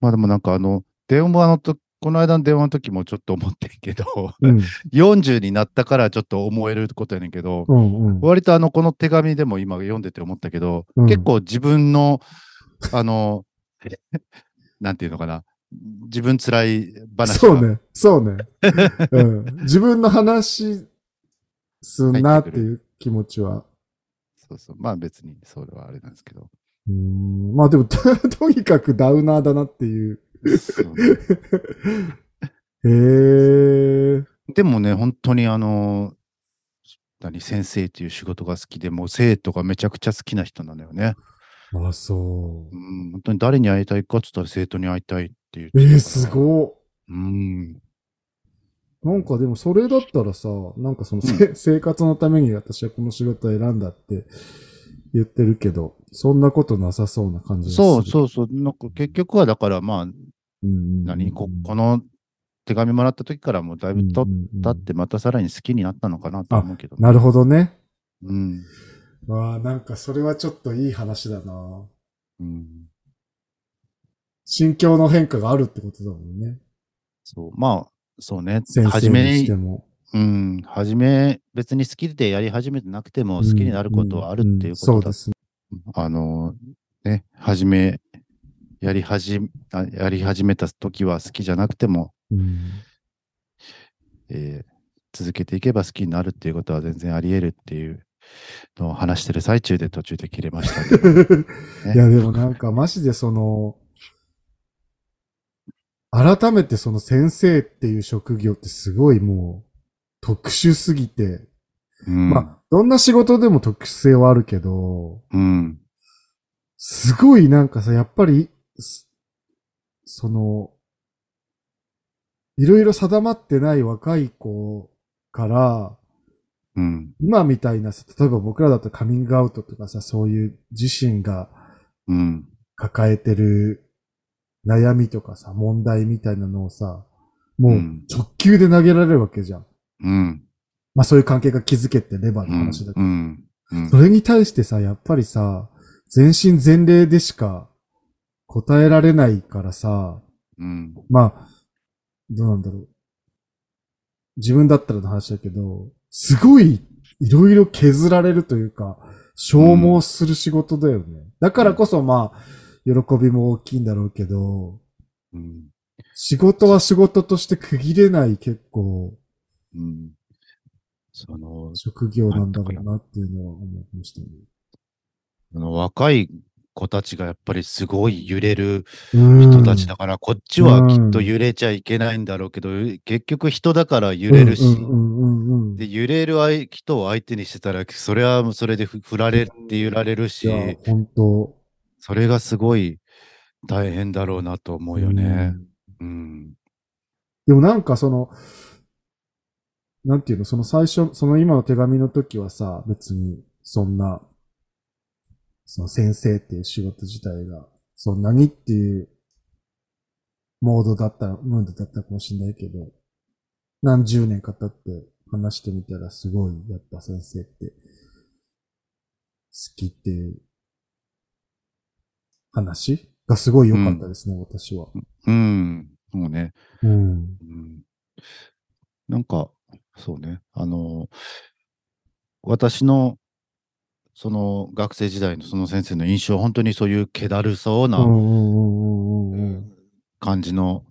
S1: まあでもなんかあの、電話のと、この間の電話の時もちょっと思ってんけど、
S2: うん。
S1: 40になったからちょっと思えることやねんけど、
S2: うんうん。
S1: 割とあの、この手紙でも今読んでて思ったけど、
S2: うん
S1: 結構自分の、あの、 なんていうのかな、自分辛い話
S2: そう
S1: が
S2: ね。そうね。うん。自分の話すなっていう気持ちは。
S1: そうそう、まあ別にそれはあれなんですけど。
S2: うーん。まあでも、 ととにかくダウナーだなっていう。
S1: そうね
S2: へえ。
S1: でもね、本当にあの、何、先生という仕事が好きで、もう生徒がめちゃくちゃ好きな人なんだよね。
S2: あ、そう
S1: う。ん、本当に誰に会いたいかって言ったら生徒に会いたいっていう。
S2: えー、す
S1: い。
S2: ごっ。
S1: うん。
S2: なんかでもそれだったらさ、なんかその、せ生活のために私はこの仕事を選んだって言ってるけど、そんなことなさそうな感じがする。
S1: そうそうそう。なんか結局はだからまあ、
S2: うんうんうん。
S1: 何ここの手紙もらった時からもうだいぶ経っ
S2: うんうんうん
S1: たってまたさらに好きになったのかなと思うけど、
S2: なるほどね。
S1: うん
S2: わあ、なんかそれはちょっといい話だな。
S1: うん、
S2: 心境の変化があるってことだもんね。
S1: そうまあそうね
S2: 先
S1: 初
S2: 生に
S1: め
S2: しても。
S1: うん初め別に好きでやり始めてなくても好きになることはあるっていうこ
S2: んん
S1: と
S2: そう
S1: だ、
S2: ですね。
S1: あのね初めやり始めあやり始めた時は好きじゃなくても、
S2: うん
S1: えー続けていけば好きになるっていうことは全然あり得るっていうのを話してる最中で途中で切れましたけどね
S2: いや、でもなんか、マジでその、改めてその先生っていう職業ってすごいもう、特殊すぎて、
S1: うん
S2: まあ、どんな仕事でも特殊性はあるけど、
S1: うん。
S2: すごいなんかさ、やっぱり、すその、いろいろ定まってない若い子から、
S1: うん。
S2: 今みたいなさ、例えば僕らだとカミングアウトとかさ、そういう自身が
S1: うん。
S2: 抱えてる悩みとかさ、問題みたいなのをさ、もううん直球で投げられるわけじゃん。
S1: うん。
S2: まあそういう関係が築けてればの
S1: うん
S2: 話だけど。
S1: うん。うん
S2: それに対してさ、やっぱりさ、全身全霊でしか答えられないからさ、
S1: うん。
S2: まあ、どうなんだろう。自分だったらの話だけど、すごい、いろいろ削られるというか、消耗する仕事だよね。だからこそ、まあ、喜びも大きいんだろうけど、
S1: うん。
S2: 仕事は仕事として区切れない結構、
S1: うん。その、
S2: 職業なんだろうなっていうのは思いましたね。
S1: その若い子たちがやっぱりすごい揺れる
S2: うん
S1: 人たちだから、こっちはきっと揺れちゃいけないんだろうけど、結局人だから揺れるし、
S2: うんうんうんうん、
S1: で揺れる相人を相手にしてたら、それはそれでふ振られって揺られるし、
S2: いや、本当。
S1: それがすごい大変だろうなと思うよね。うん。
S2: でもなんかその、なんていうの、その最初、その今の手紙の時はさ、別にそんな、その先生っていう仕事自体が、そんなにっていう、モードだった、ムードだったかもしれないけど、何十年か経って話してみたらすごい、やっぱ先生って、好きっていう、話がすごい良かったですね、私は。
S1: うん。そうね。
S2: うん。
S1: うんなんか、そうね、あの、私の、その学生時代のその先生の印象は本当にそういう気だるそう
S2: う
S1: なん
S2: うんうんうんうん
S1: 感じの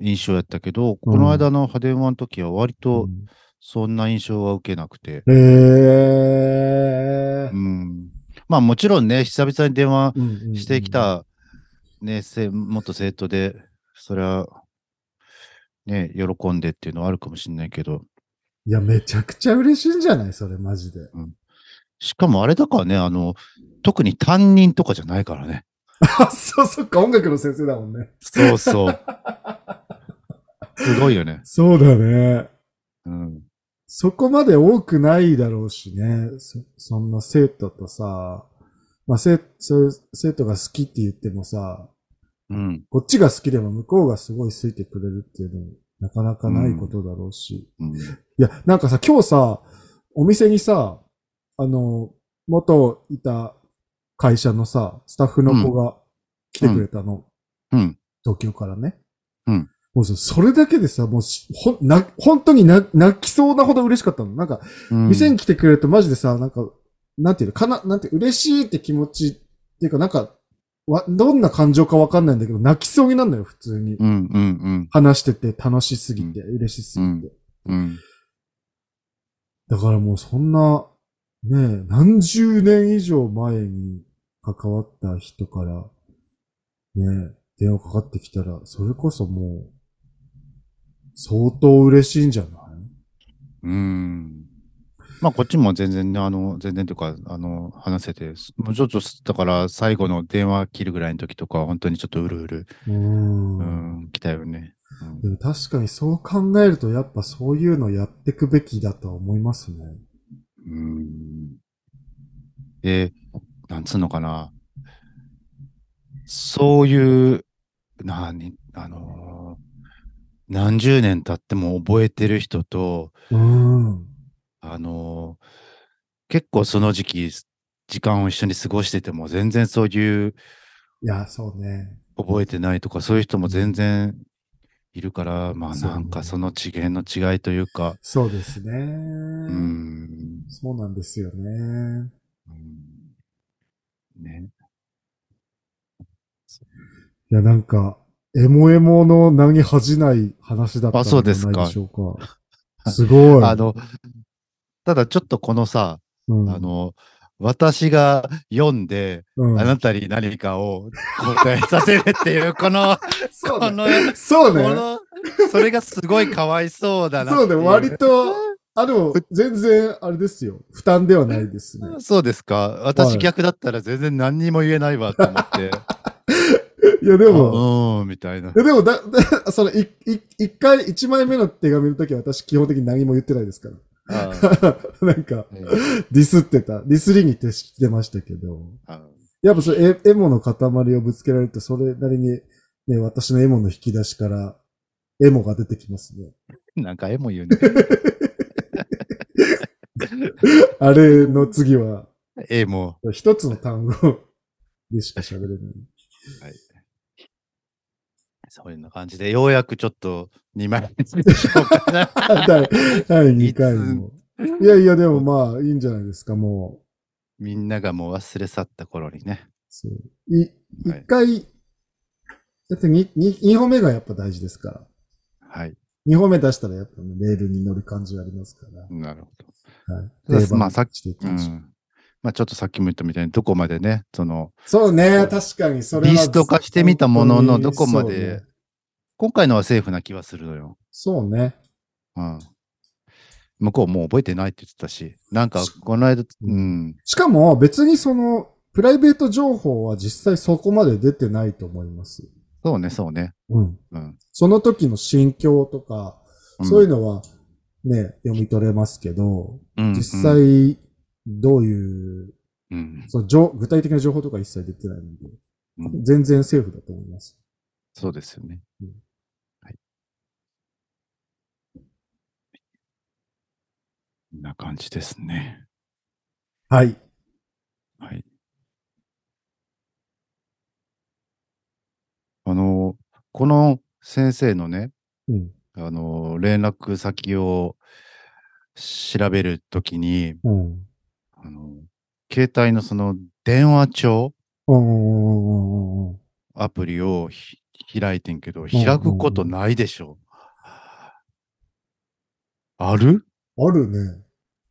S1: 印象やったけど、
S2: うん
S1: この間の派電話の時は割
S2: う
S1: と
S2: ん
S1: そんな印象は受けなくて、
S2: へえ
S1: うん。まあもちろんね、久々に電話
S2: ー。
S1: してきた、ね、せ元生徒で、それは、ね、喜んでっていうのはあるかもしれないけど、
S2: いや、めちゃくちゃ嬉しいんじゃないそれ、マジで。
S1: しかもあれだからね、あの、特に担任とかじゃないからね。
S2: あ、そう、そっか、音楽の先生だもんね。
S1: そうそう。すごいよね。
S2: そうだね。
S1: うん。
S2: そこまで多くないだろうしね。そ、そんな生徒とさ、まあ、生、そう生徒が好きって言ってもさ、
S1: うん。
S2: こっちが好きでも向こうがすごい好いてくれるっていうのも、なかなかないことだろうし。
S1: うん。
S2: いや、なんかさ、今日さ、お店にさ、あの、元いた会社のさ、スタッフの子が来てくれたの。
S1: うん。
S2: 東京からね。
S1: うん。
S2: もうさそれだけでさ、もうし、ほん、な、本当にな、泣きそうなほど嬉しかったの。なんか、
S1: うん
S2: 店に来てくれるとマジでさ、なんか、なんていうのかな、なんて、嬉しいって気持ちっていうか、なんか、わ、どんな感情かわかんないんだけど、泣きそうになるのよ、普通に。
S1: うんうん
S2: 話してて、楽しすぎて、嬉しすぎて。
S1: うんうん。うん。
S2: だからもうそんな、ねえ、何十年以上前に関わった人から、ねえ、電話かかってきたら、それこそもう、相当嬉しいんじゃない
S1: うん。まあこっちも全然ね、あの、全然というか、あの、話せて、もうちょっと、だから最後の電話切るぐらいの時とかは本当にちょっとうるうる、
S2: うーん
S1: うん、来たよね。うん
S2: でも確かにそう考えると、やっぱそういうのやってくべきだとは思いますね。
S1: うーんで、なんつうのかな。そういう、なに、あのー何十年経っても覚えてる人と、
S2: うーん。
S1: あのー結構その時期、時間を一緒に過ごしてても、全然そういう、
S2: いや、そうね。
S1: 覚えてないとか、そういう人も全然いるから、まあ
S2: そうね
S1: なんかその次元の違いというか、
S2: そうですね。
S1: うーん、
S2: そうなんですよね。
S1: うんね。
S2: いや、なんか、エモエモの名に恥じない話だったん
S1: あ
S2: じゃ
S1: そう
S2: な
S1: で
S2: い
S1: すか
S2: でしょうか。すごい。
S1: あの、ただちょっとこのさ、
S2: うん、
S1: あの、私が読んで、
S2: うん、
S1: あなたに何かを答えさせるっていう、この、
S2: そう
S1: こ
S2: ね。
S1: の、
S2: そう
S1: こ
S2: ね。
S1: の、それがすごいかわいそうだなってい
S2: そうね。割と、あの、全然、あれですよ。負担ではないですね。
S1: そうですか。私
S2: はい
S1: 逆だったら全然何にも言えないわと思 って、
S2: いや、で
S1: う
S2: も、
S1: ーん、みたいな。
S2: いやでも だ、だその、いい一回、一枚目の手紙の時は私基本的に何も言ってないですから。
S1: あ
S2: なんか、
S1: ー
S2: ディスってた。ディスりに徹してましたけど。
S1: あー
S2: やっぱそれ、エエモの塊をぶつけられると、それなりに、ね、私のエモの引き出しから、エモが出てきますね。
S5: なんか絵も言うね。
S2: あれの次は、
S1: ええ、も
S2: 一つの単語でしか喋れない。
S1: う、そういう感じで、ようやくちょっと2枚目にしよう かな。
S2: 第第2回も。いやいや、でもまあ、いいんじゃないですか、もう。
S1: みんながもう忘れ去った頃にね。
S2: そう。い、
S1: はい
S2: 一回、だってにに二歩目がやっぱ大事ですから。
S1: はい。
S2: 二歩目出したらやっぱねレールに乗る感じがありますから。
S1: なるほど。
S2: は
S1: そう
S2: い
S1: です。まあさっき
S2: き。
S1: うんまあちょっとさっきも言ったみたいに、どこまでね、その、
S2: そうね、確かにそれは。
S1: リスト化してみたもののどこまで
S2: そうね
S1: 今回のはセーフな気はするのよ。
S2: そうね。
S1: うん。向こうもう覚えてないって言ってたし、なんか、この間、うん。
S2: しかも別にその、プライベート情報は実際そこまで出てないと思います。
S1: そうね、そうね。
S2: うん。
S1: うん。
S2: その時の心境とか、そういうのはね、読み取れますけど、
S1: うん、うん
S2: 実、際、どういう、
S1: うん
S2: その情具体的な情報とか一切出てないんで、
S1: うん
S2: 全然セーフだと思います。
S1: そうですよね。
S2: うん
S1: はい。こんな感じですね。
S2: はい。
S1: はい。あの、この先生のね、
S2: うん。
S1: あの、連絡先を調べるときに、
S2: うん。
S1: あの、携帯のその電話帳
S2: うん。うん。
S1: アプリをひ開いてんけど、開くことないでしょ。ある
S2: あるね。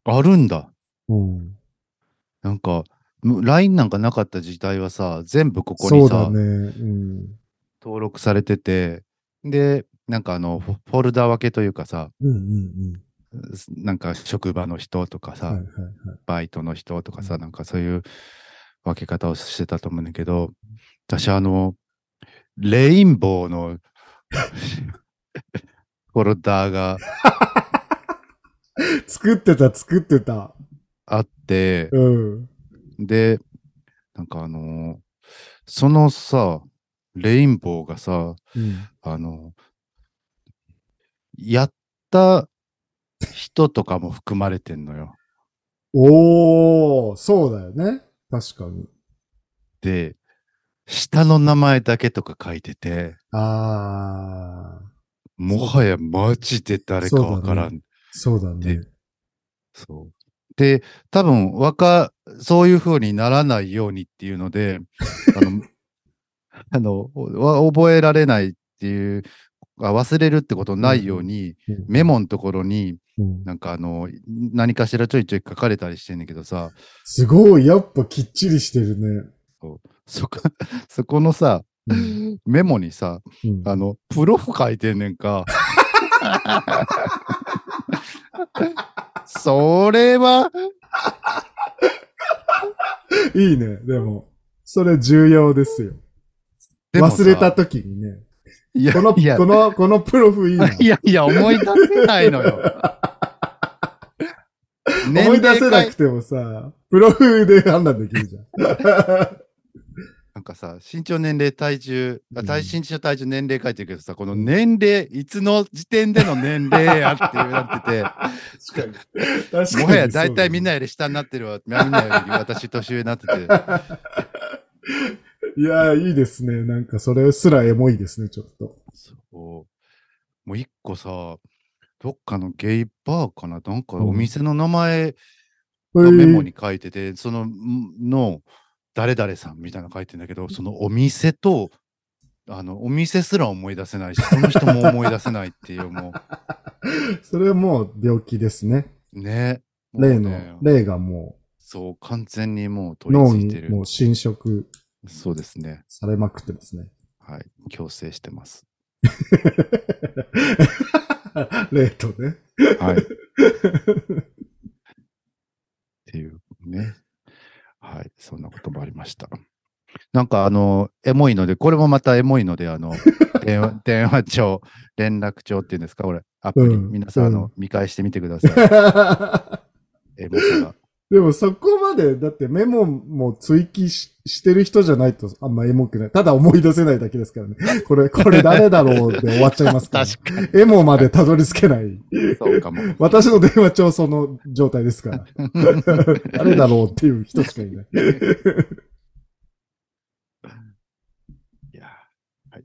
S1: あるんだ。
S2: うん。
S1: なんか、む LINE なんかなかった時代はさ、全部ここ
S2: そ
S1: に
S2: うだ
S1: さ、
S2: ね。うん。
S1: 登録されてて、で、なんかあの、フォフォルダ分けというかさ、
S2: うんうんうん。
S1: なんか職場の人とかさ、
S2: はいはいはい。
S1: バイトの人とかさ、
S2: うん
S1: なんかそういう分け方をしてたと思うんだけど、私あの、レインボーのフォルダーが
S2: 作ってた、作ってた。
S1: あって、
S2: うん。
S1: で、なんかあの、そのさ、レインボーがさ、
S2: うん。
S1: あの、やった人とかも含まれてんのよ。
S2: おー、そうだよね。確かに。
S1: で、下の名前だけとか書いてて、
S2: あー、
S1: もはやマジで誰かわからん。そう,、
S2: そうだね
S1: で。で、多分、わか、そういう風にならないようにっていうので、あの、あのわ覚えられないっていう、あ忘れるってことないように、
S2: うん
S1: メモのところに、
S2: うん
S1: なんかあの、何かしらちょいちょい書かれたりしてんだけどさ、
S2: すごい、やっぱきっちりしてるね。
S1: そこ、 そこのさ、
S2: うん
S1: メモにさ、
S2: うん
S1: あの、プロフ書いてんねん か。それは、
S2: いいね、でも。それ重要ですよ。
S1: でもさ
S2: 忘れた時にね。
S1: いや
S2: この、
S1: いや
S2: この、このプロフいいな。
S1: いやいや、思い出せないの よ。
S2: 思い出
S1: 年
S2: せな
S1: 齢
S2: く
S1: か
S2: てもさ、プロフで判断できるじゃん。
S1: なんかさ、身長、年齢、体重、あ
S2: うん
S1: 体身長、体重、年齢書いてるけどさ、この年齢、いつの時点での年齢やっていうな って
S4: 確か
S2: 確かに
S1: て、もはや大体みんな
S2: そ
S1: よ
S2: う
S1: り下になってるわ、みんなより私年上になってて、
S2: だねいやー、いいですね。なんか、それすらエモいですね、ちょっと。
S1: そうもう一個さ、どっかのゲイバーかな、なんかお店の名前がメモに書いてて、その、んの、誰々さんみたいなの書いてんだけど、そのお店と、あの、お店すら思い出せないし、その人も思い出せないっていう、も
S2: それはもう病気ですね。
S1: う、ね。も
S2: 例
S1: う
S2: の
S1: ね、
S2: 例がも
S1: そう、完全にもう
S2: う
S1: 取り
S2: 脳
S1: 付いて
S2: に
S1: る
S2: も。う侵食
S1: そうですね。
S2: されまくってますね。
S1: はい。強制して ます。
S2: 例とね。
S1: はい。っていうね。はい。そんなこともありました。なんかあの、エ モいので、これもまたエモいので、あの、電話、電話帳、連絡帳っていうんですか、これ。アプリ、
S2: うん
S1: 皆さん、あ
S2: う
S1: の、見返してみてください。 エモさが。
S2: でもそこまで、だってメモも追記ししてる人じゃないとあんまエモくない。ただ思い出せないだけですからね。これ、これ誰だろうって終わっちゃいますから、
S1: 確かに。
S2: エモまでたどり着けない。
S1: そう かも。
S2: 私の電話帳その状態ですから。誰だろうっていう人しかいない。
S1: いやーはい。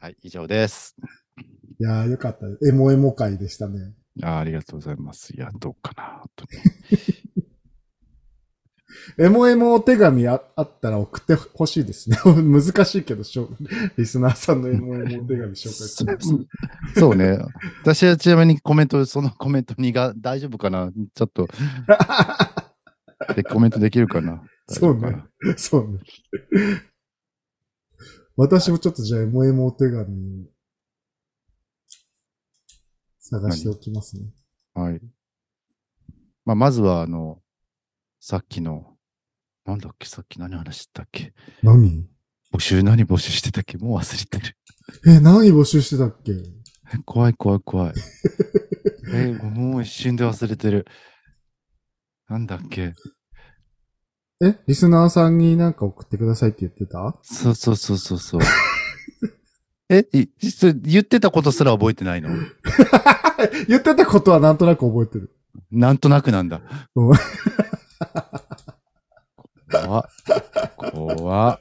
S1: はい、以上です。
S2: いやー、よかった。エモエモ会でしたね。
S1: あーありがとうございます。いや、どうかな。本当に
S2: エモエモお手紙ああったら送ってほしいですね。 難しいけど、しょリスナーさんのエモエモお手紙紹介す る。
S1: そうね。私はちなみにコメント、そのコメントにが大丈夫かなちょっと、でコメントできるかな
S2: そうね。
S1: 大丈夫かな
S2: そうね。私もちょっとじゃあ、エモエモお手紙探しておきますね。
S1: はい。まあ、まずは、あの、さっきの、なんだっけ、さっき何話してたっけ
S2: 何
S1: 募集、何募集してたっけもう忘れてる。
S2: え、何募集してたっけ
S1: 怖い怖い怖い。え、もう一瞬で忘れてる。なんだっけ
S2: え、リスナーさんになんか送ってくださいって言ってた
S1: そうそうそうそうそう。え、いそれ言ってたことすら覚えてないの
S2: 言ってたことはなんとなく覚えてる。
S1: なんとなくなんだ。
S2: うん
S1: 怖っ。怖っ。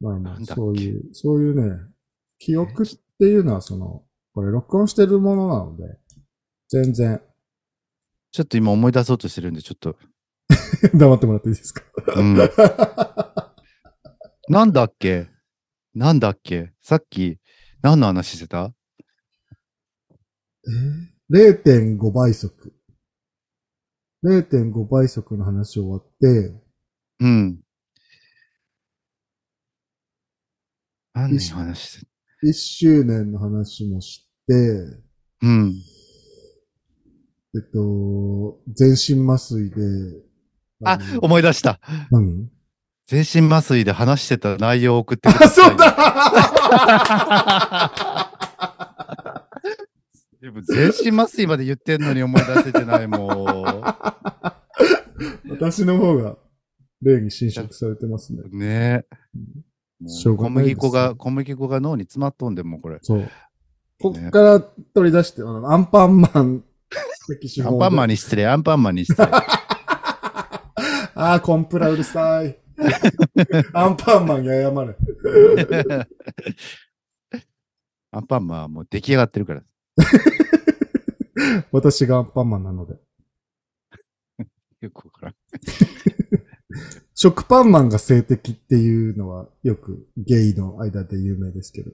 S2: まあま
S1: なんだっ
S2: あ、
S1: け
S2: そういう、そういうね、記憶っていうのはその、これ録音してるものなので、全然、
S1: ちょっと今思い出そうとしてるんで、ちょっと。
S2: 黙ってもらっていいですか
S1: うんなんだっけなんだっけさっき、何の話してた
S2: えー ?0.5 倍速。0.5倍速の話終わって、
S1: うん。何の話してた
S2: 1周年の話もして、
S1: うん。
S2: えっと、全身麻酔で、
S1: あ
S2: の、
S1: 思い出した。
S2: 何
S1: 全身麻酔で話してた内容を送ってくだ
S2: あ、
S1: さい
S2: そうだ
S1: でも全身麻酔まで言ってんのに思い出せてない、も
S2: 私の方が、例に侵食されてますね。
S1: う。ねえ。
S2: しょう
S1: 小
S2: がないで
S1: 麦
S2: す
S1: 粉が、小麦粉が脳に詰まっとんで、もうこれ。
S2: そう。こっから取り出して、あのアンパンマン的手
S1: ア
S2: 法で
S1: ンパンマンに失礼、アンパンマンに失礼。
S2: あー、コンプラうるさい。 アンパンマンに謝る。
S1: アンパンマンはもう出来上がってるから。
S2: 私がアンパンマンなので。
S1: よくわからん。
S2: 食パンマンが性的っていうのはよくゲイの間で有名ですけど。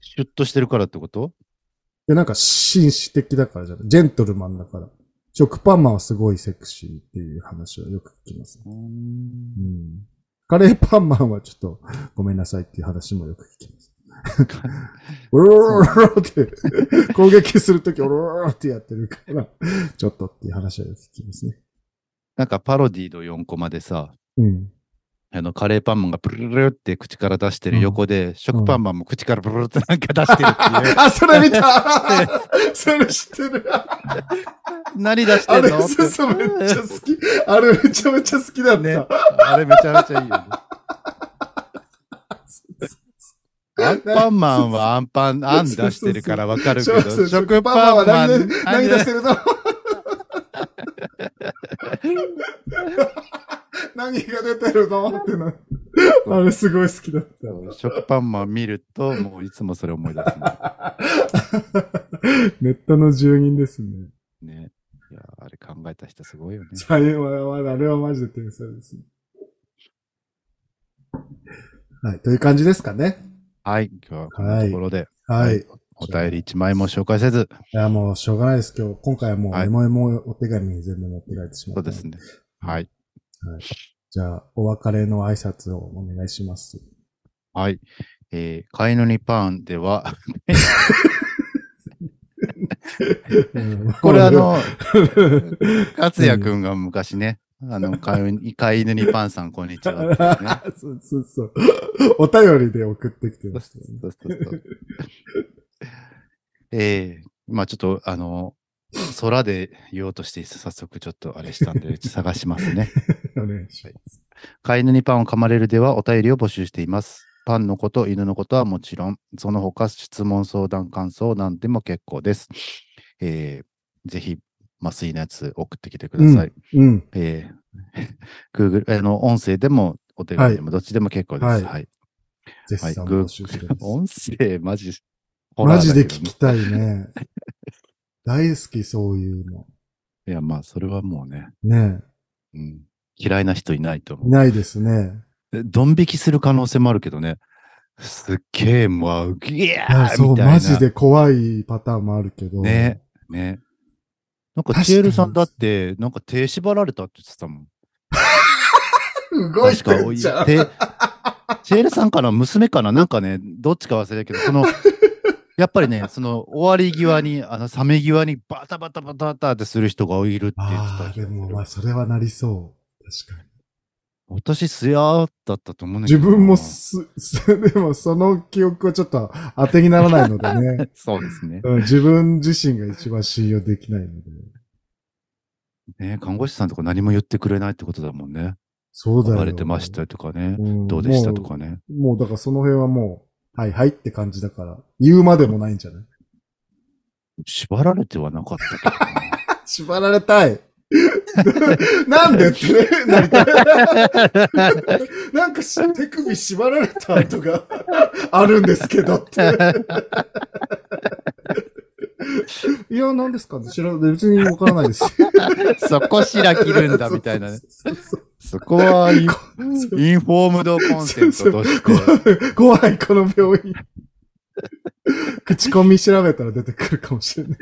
S1: シュッとしてるからってこと
S2: で、なんか紳士的だからじゃない。ジェントルマンだから。食パンマンはすごいセクシーっていう話はよく聞きますね。うん。カレーパンマンはちょっとごめんなさいっていう話もよく聞きます。おろろろろって、攻撃するときおろろろってやってるから、ちょっとっていう話はよく聞きますね。
S1: なんかパロディーの4コマでさ、
S2: うん。
S1: あの、カレーパンマンがプルルルって口から出してる横で、食パンマンも口からプルルルってなんか出してるっていう。
S2: あ、それ 見たそれ知ってる。
S1: 何出して
S2: あ
S1: ん
S2: れ、
S1: のって
S2: そうそう、めっちゃ好き。あれ、めちゃめちゃ好きだ
S1: ね
S2: ね。
S1: あれめちゃめちゃいいよ ね。アンパンマンはアンパン、アン出してるからわかるけ
S2: そうそう
S1: ど、食
S2: パンマン
S1: パ
S2: は
S1: ンマン
S2: 何で、何出して るの何が出てるのってな。あれすごい好きだった。
S1: 食パンマン見ると、もういつもそれ思い出す
S2: ネットの住人ですね。
S1: ね。ねいや、あれ考えた人すごいよね。
S2: 大変は、あれはマジで天才ですね。はい、という感じですかね。
S1: はい、今日はこんなところで、
S2: はい。
S1: はい
S2: い
S1: お便り1枚も紹介せず、
S2: や、もうしょうがないです。今日、今回はもう、
S1: はい
S2: エモエモお手紙に全部持って帰ってし
S1: そ
S2: まった
S1: う
S2: ので。
S1: ですね。はい。
S2: じゃあ、お別れの挨拶をお願いします。
S1: はい。えー、飼い犬にパンで は、これあ、の、勝也くんが昔ね、あの、飼い飼い犬にパンさん、こんにちはって ね。
S2: そうそうそう。お便りで送ってきてましたよね。
S1: そうそうそう ええまあちょっと、あの、空で言おうとして、早速ちょっとあれしたんで、探しますね。
S2: お願いします。
S1: 飼い犬にパンを噛まれるではお便りを募集しています。パンのこと、犬のことはもちろん、その他質問、相談、感想なんでも結構です。えー、ぜひ、麻酔のやつ送ってきてください。
S2: うん。
S1: えー、Google、あの、音声でもお手紙でもどっちでも結構です。
S2: はい
S1: はい。は
S2: 絶
S1: い、
S2: 賛
S1: Google
S2: 募集してます。
S1: 音声、マジ、ホラー
S2: マ
S1: だけ
S2: ジ
S1: ど
S2: で聞きたいね。大好き、そういうの。
S1: いや、まあ、それはもうね、
S2: ね
S1: うん、嫌いな人いないと思う
S2: い。ないですね。
S1: えドン引きする可能性もあるけどね。すっげえ、もう、ギャ
S2: いや、
S1: ー
S2: そ
S1: み
S2: う、
S1: たいな。
S2: マジで怖いパターンもあるけど。
S1: ね。ね。なんか、
S2: 確かに
S1: チエルさんだって、なんか手縛られたって言ってたもん。
S2: 動いて
S1: お
S2: んじゃん。
S1: 手チエルさんかな娘かななんかね、どっちか忘れたけど、そ の、やっぱりね、その、終わり際に、あの、冷め際にバタバタバタバタってする人がいるって言って
S2: あ
S1: た
S2: あ、
S1: け
S2: で
S1: ど。
S2: も、まあ、それはなりそう。確かに。
S1: 私、すやーだったと思うんだけ
S2: 自
S1: どな
S2: 分もす、す、 でもその記憶はちょっと当てにならないのでね。
S1: そうですね。
S2: うん、自分自身が一番信用できないので。
S1: ね看護師さんとか何も言ってくれないってことだもんね。
S2: そうだよ。
S1: 暴れてましたとかね。
S2: ん
S1: どうでしたとかね。
S2: もう。もうだからその辺はもう、はいはいって感じだから、言うまでもないんじゃない
S1: 縛られてはなかったけどな。
S2: 縛られたい なんでってね。なんか なんかし手首縛られた跡が あるんですけどって。 いや、何ですかね知らない。別にわからないです。
S1: そこ白切るんだみた いなね。
S2: そうそう
S1: そこはイン
S2: そう
S1: インフォームドコンセントとして。
S2: 怖い、怖い、この病院。口コミ調べたら出てくるかもしれない。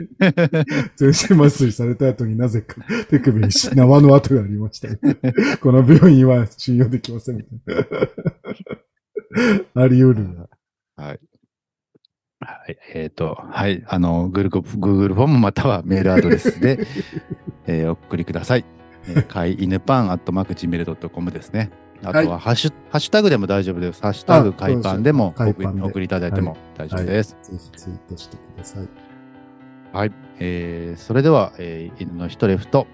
S2: 全身麻酔された後になぜか手首にし縄の跡がありました。この病院は信用できませんみたいな。あり得るな。
S1: はい。はい。えっ、と、はい。あの、Google フ Google フォームまたはメールアドレス で、えーお送りください。えー、かい犬パン、アットマーク、gmail.com ですね。あとはハッシュ、ハッシュタグでも大丈夫です。ハッシュタグ、
S2: あ
S1: かいパンでも
S2: そうですね海パンで
S1: お送りいただいても大丈夫です。
S2: ぜひツイートしてください。
S1: はい、えーそれでは、えー犬の一レフト、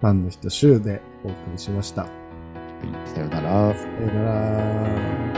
S2: ファンの人、シュウでお送りしました。
S1: はいさようなら。
S2: さよなら。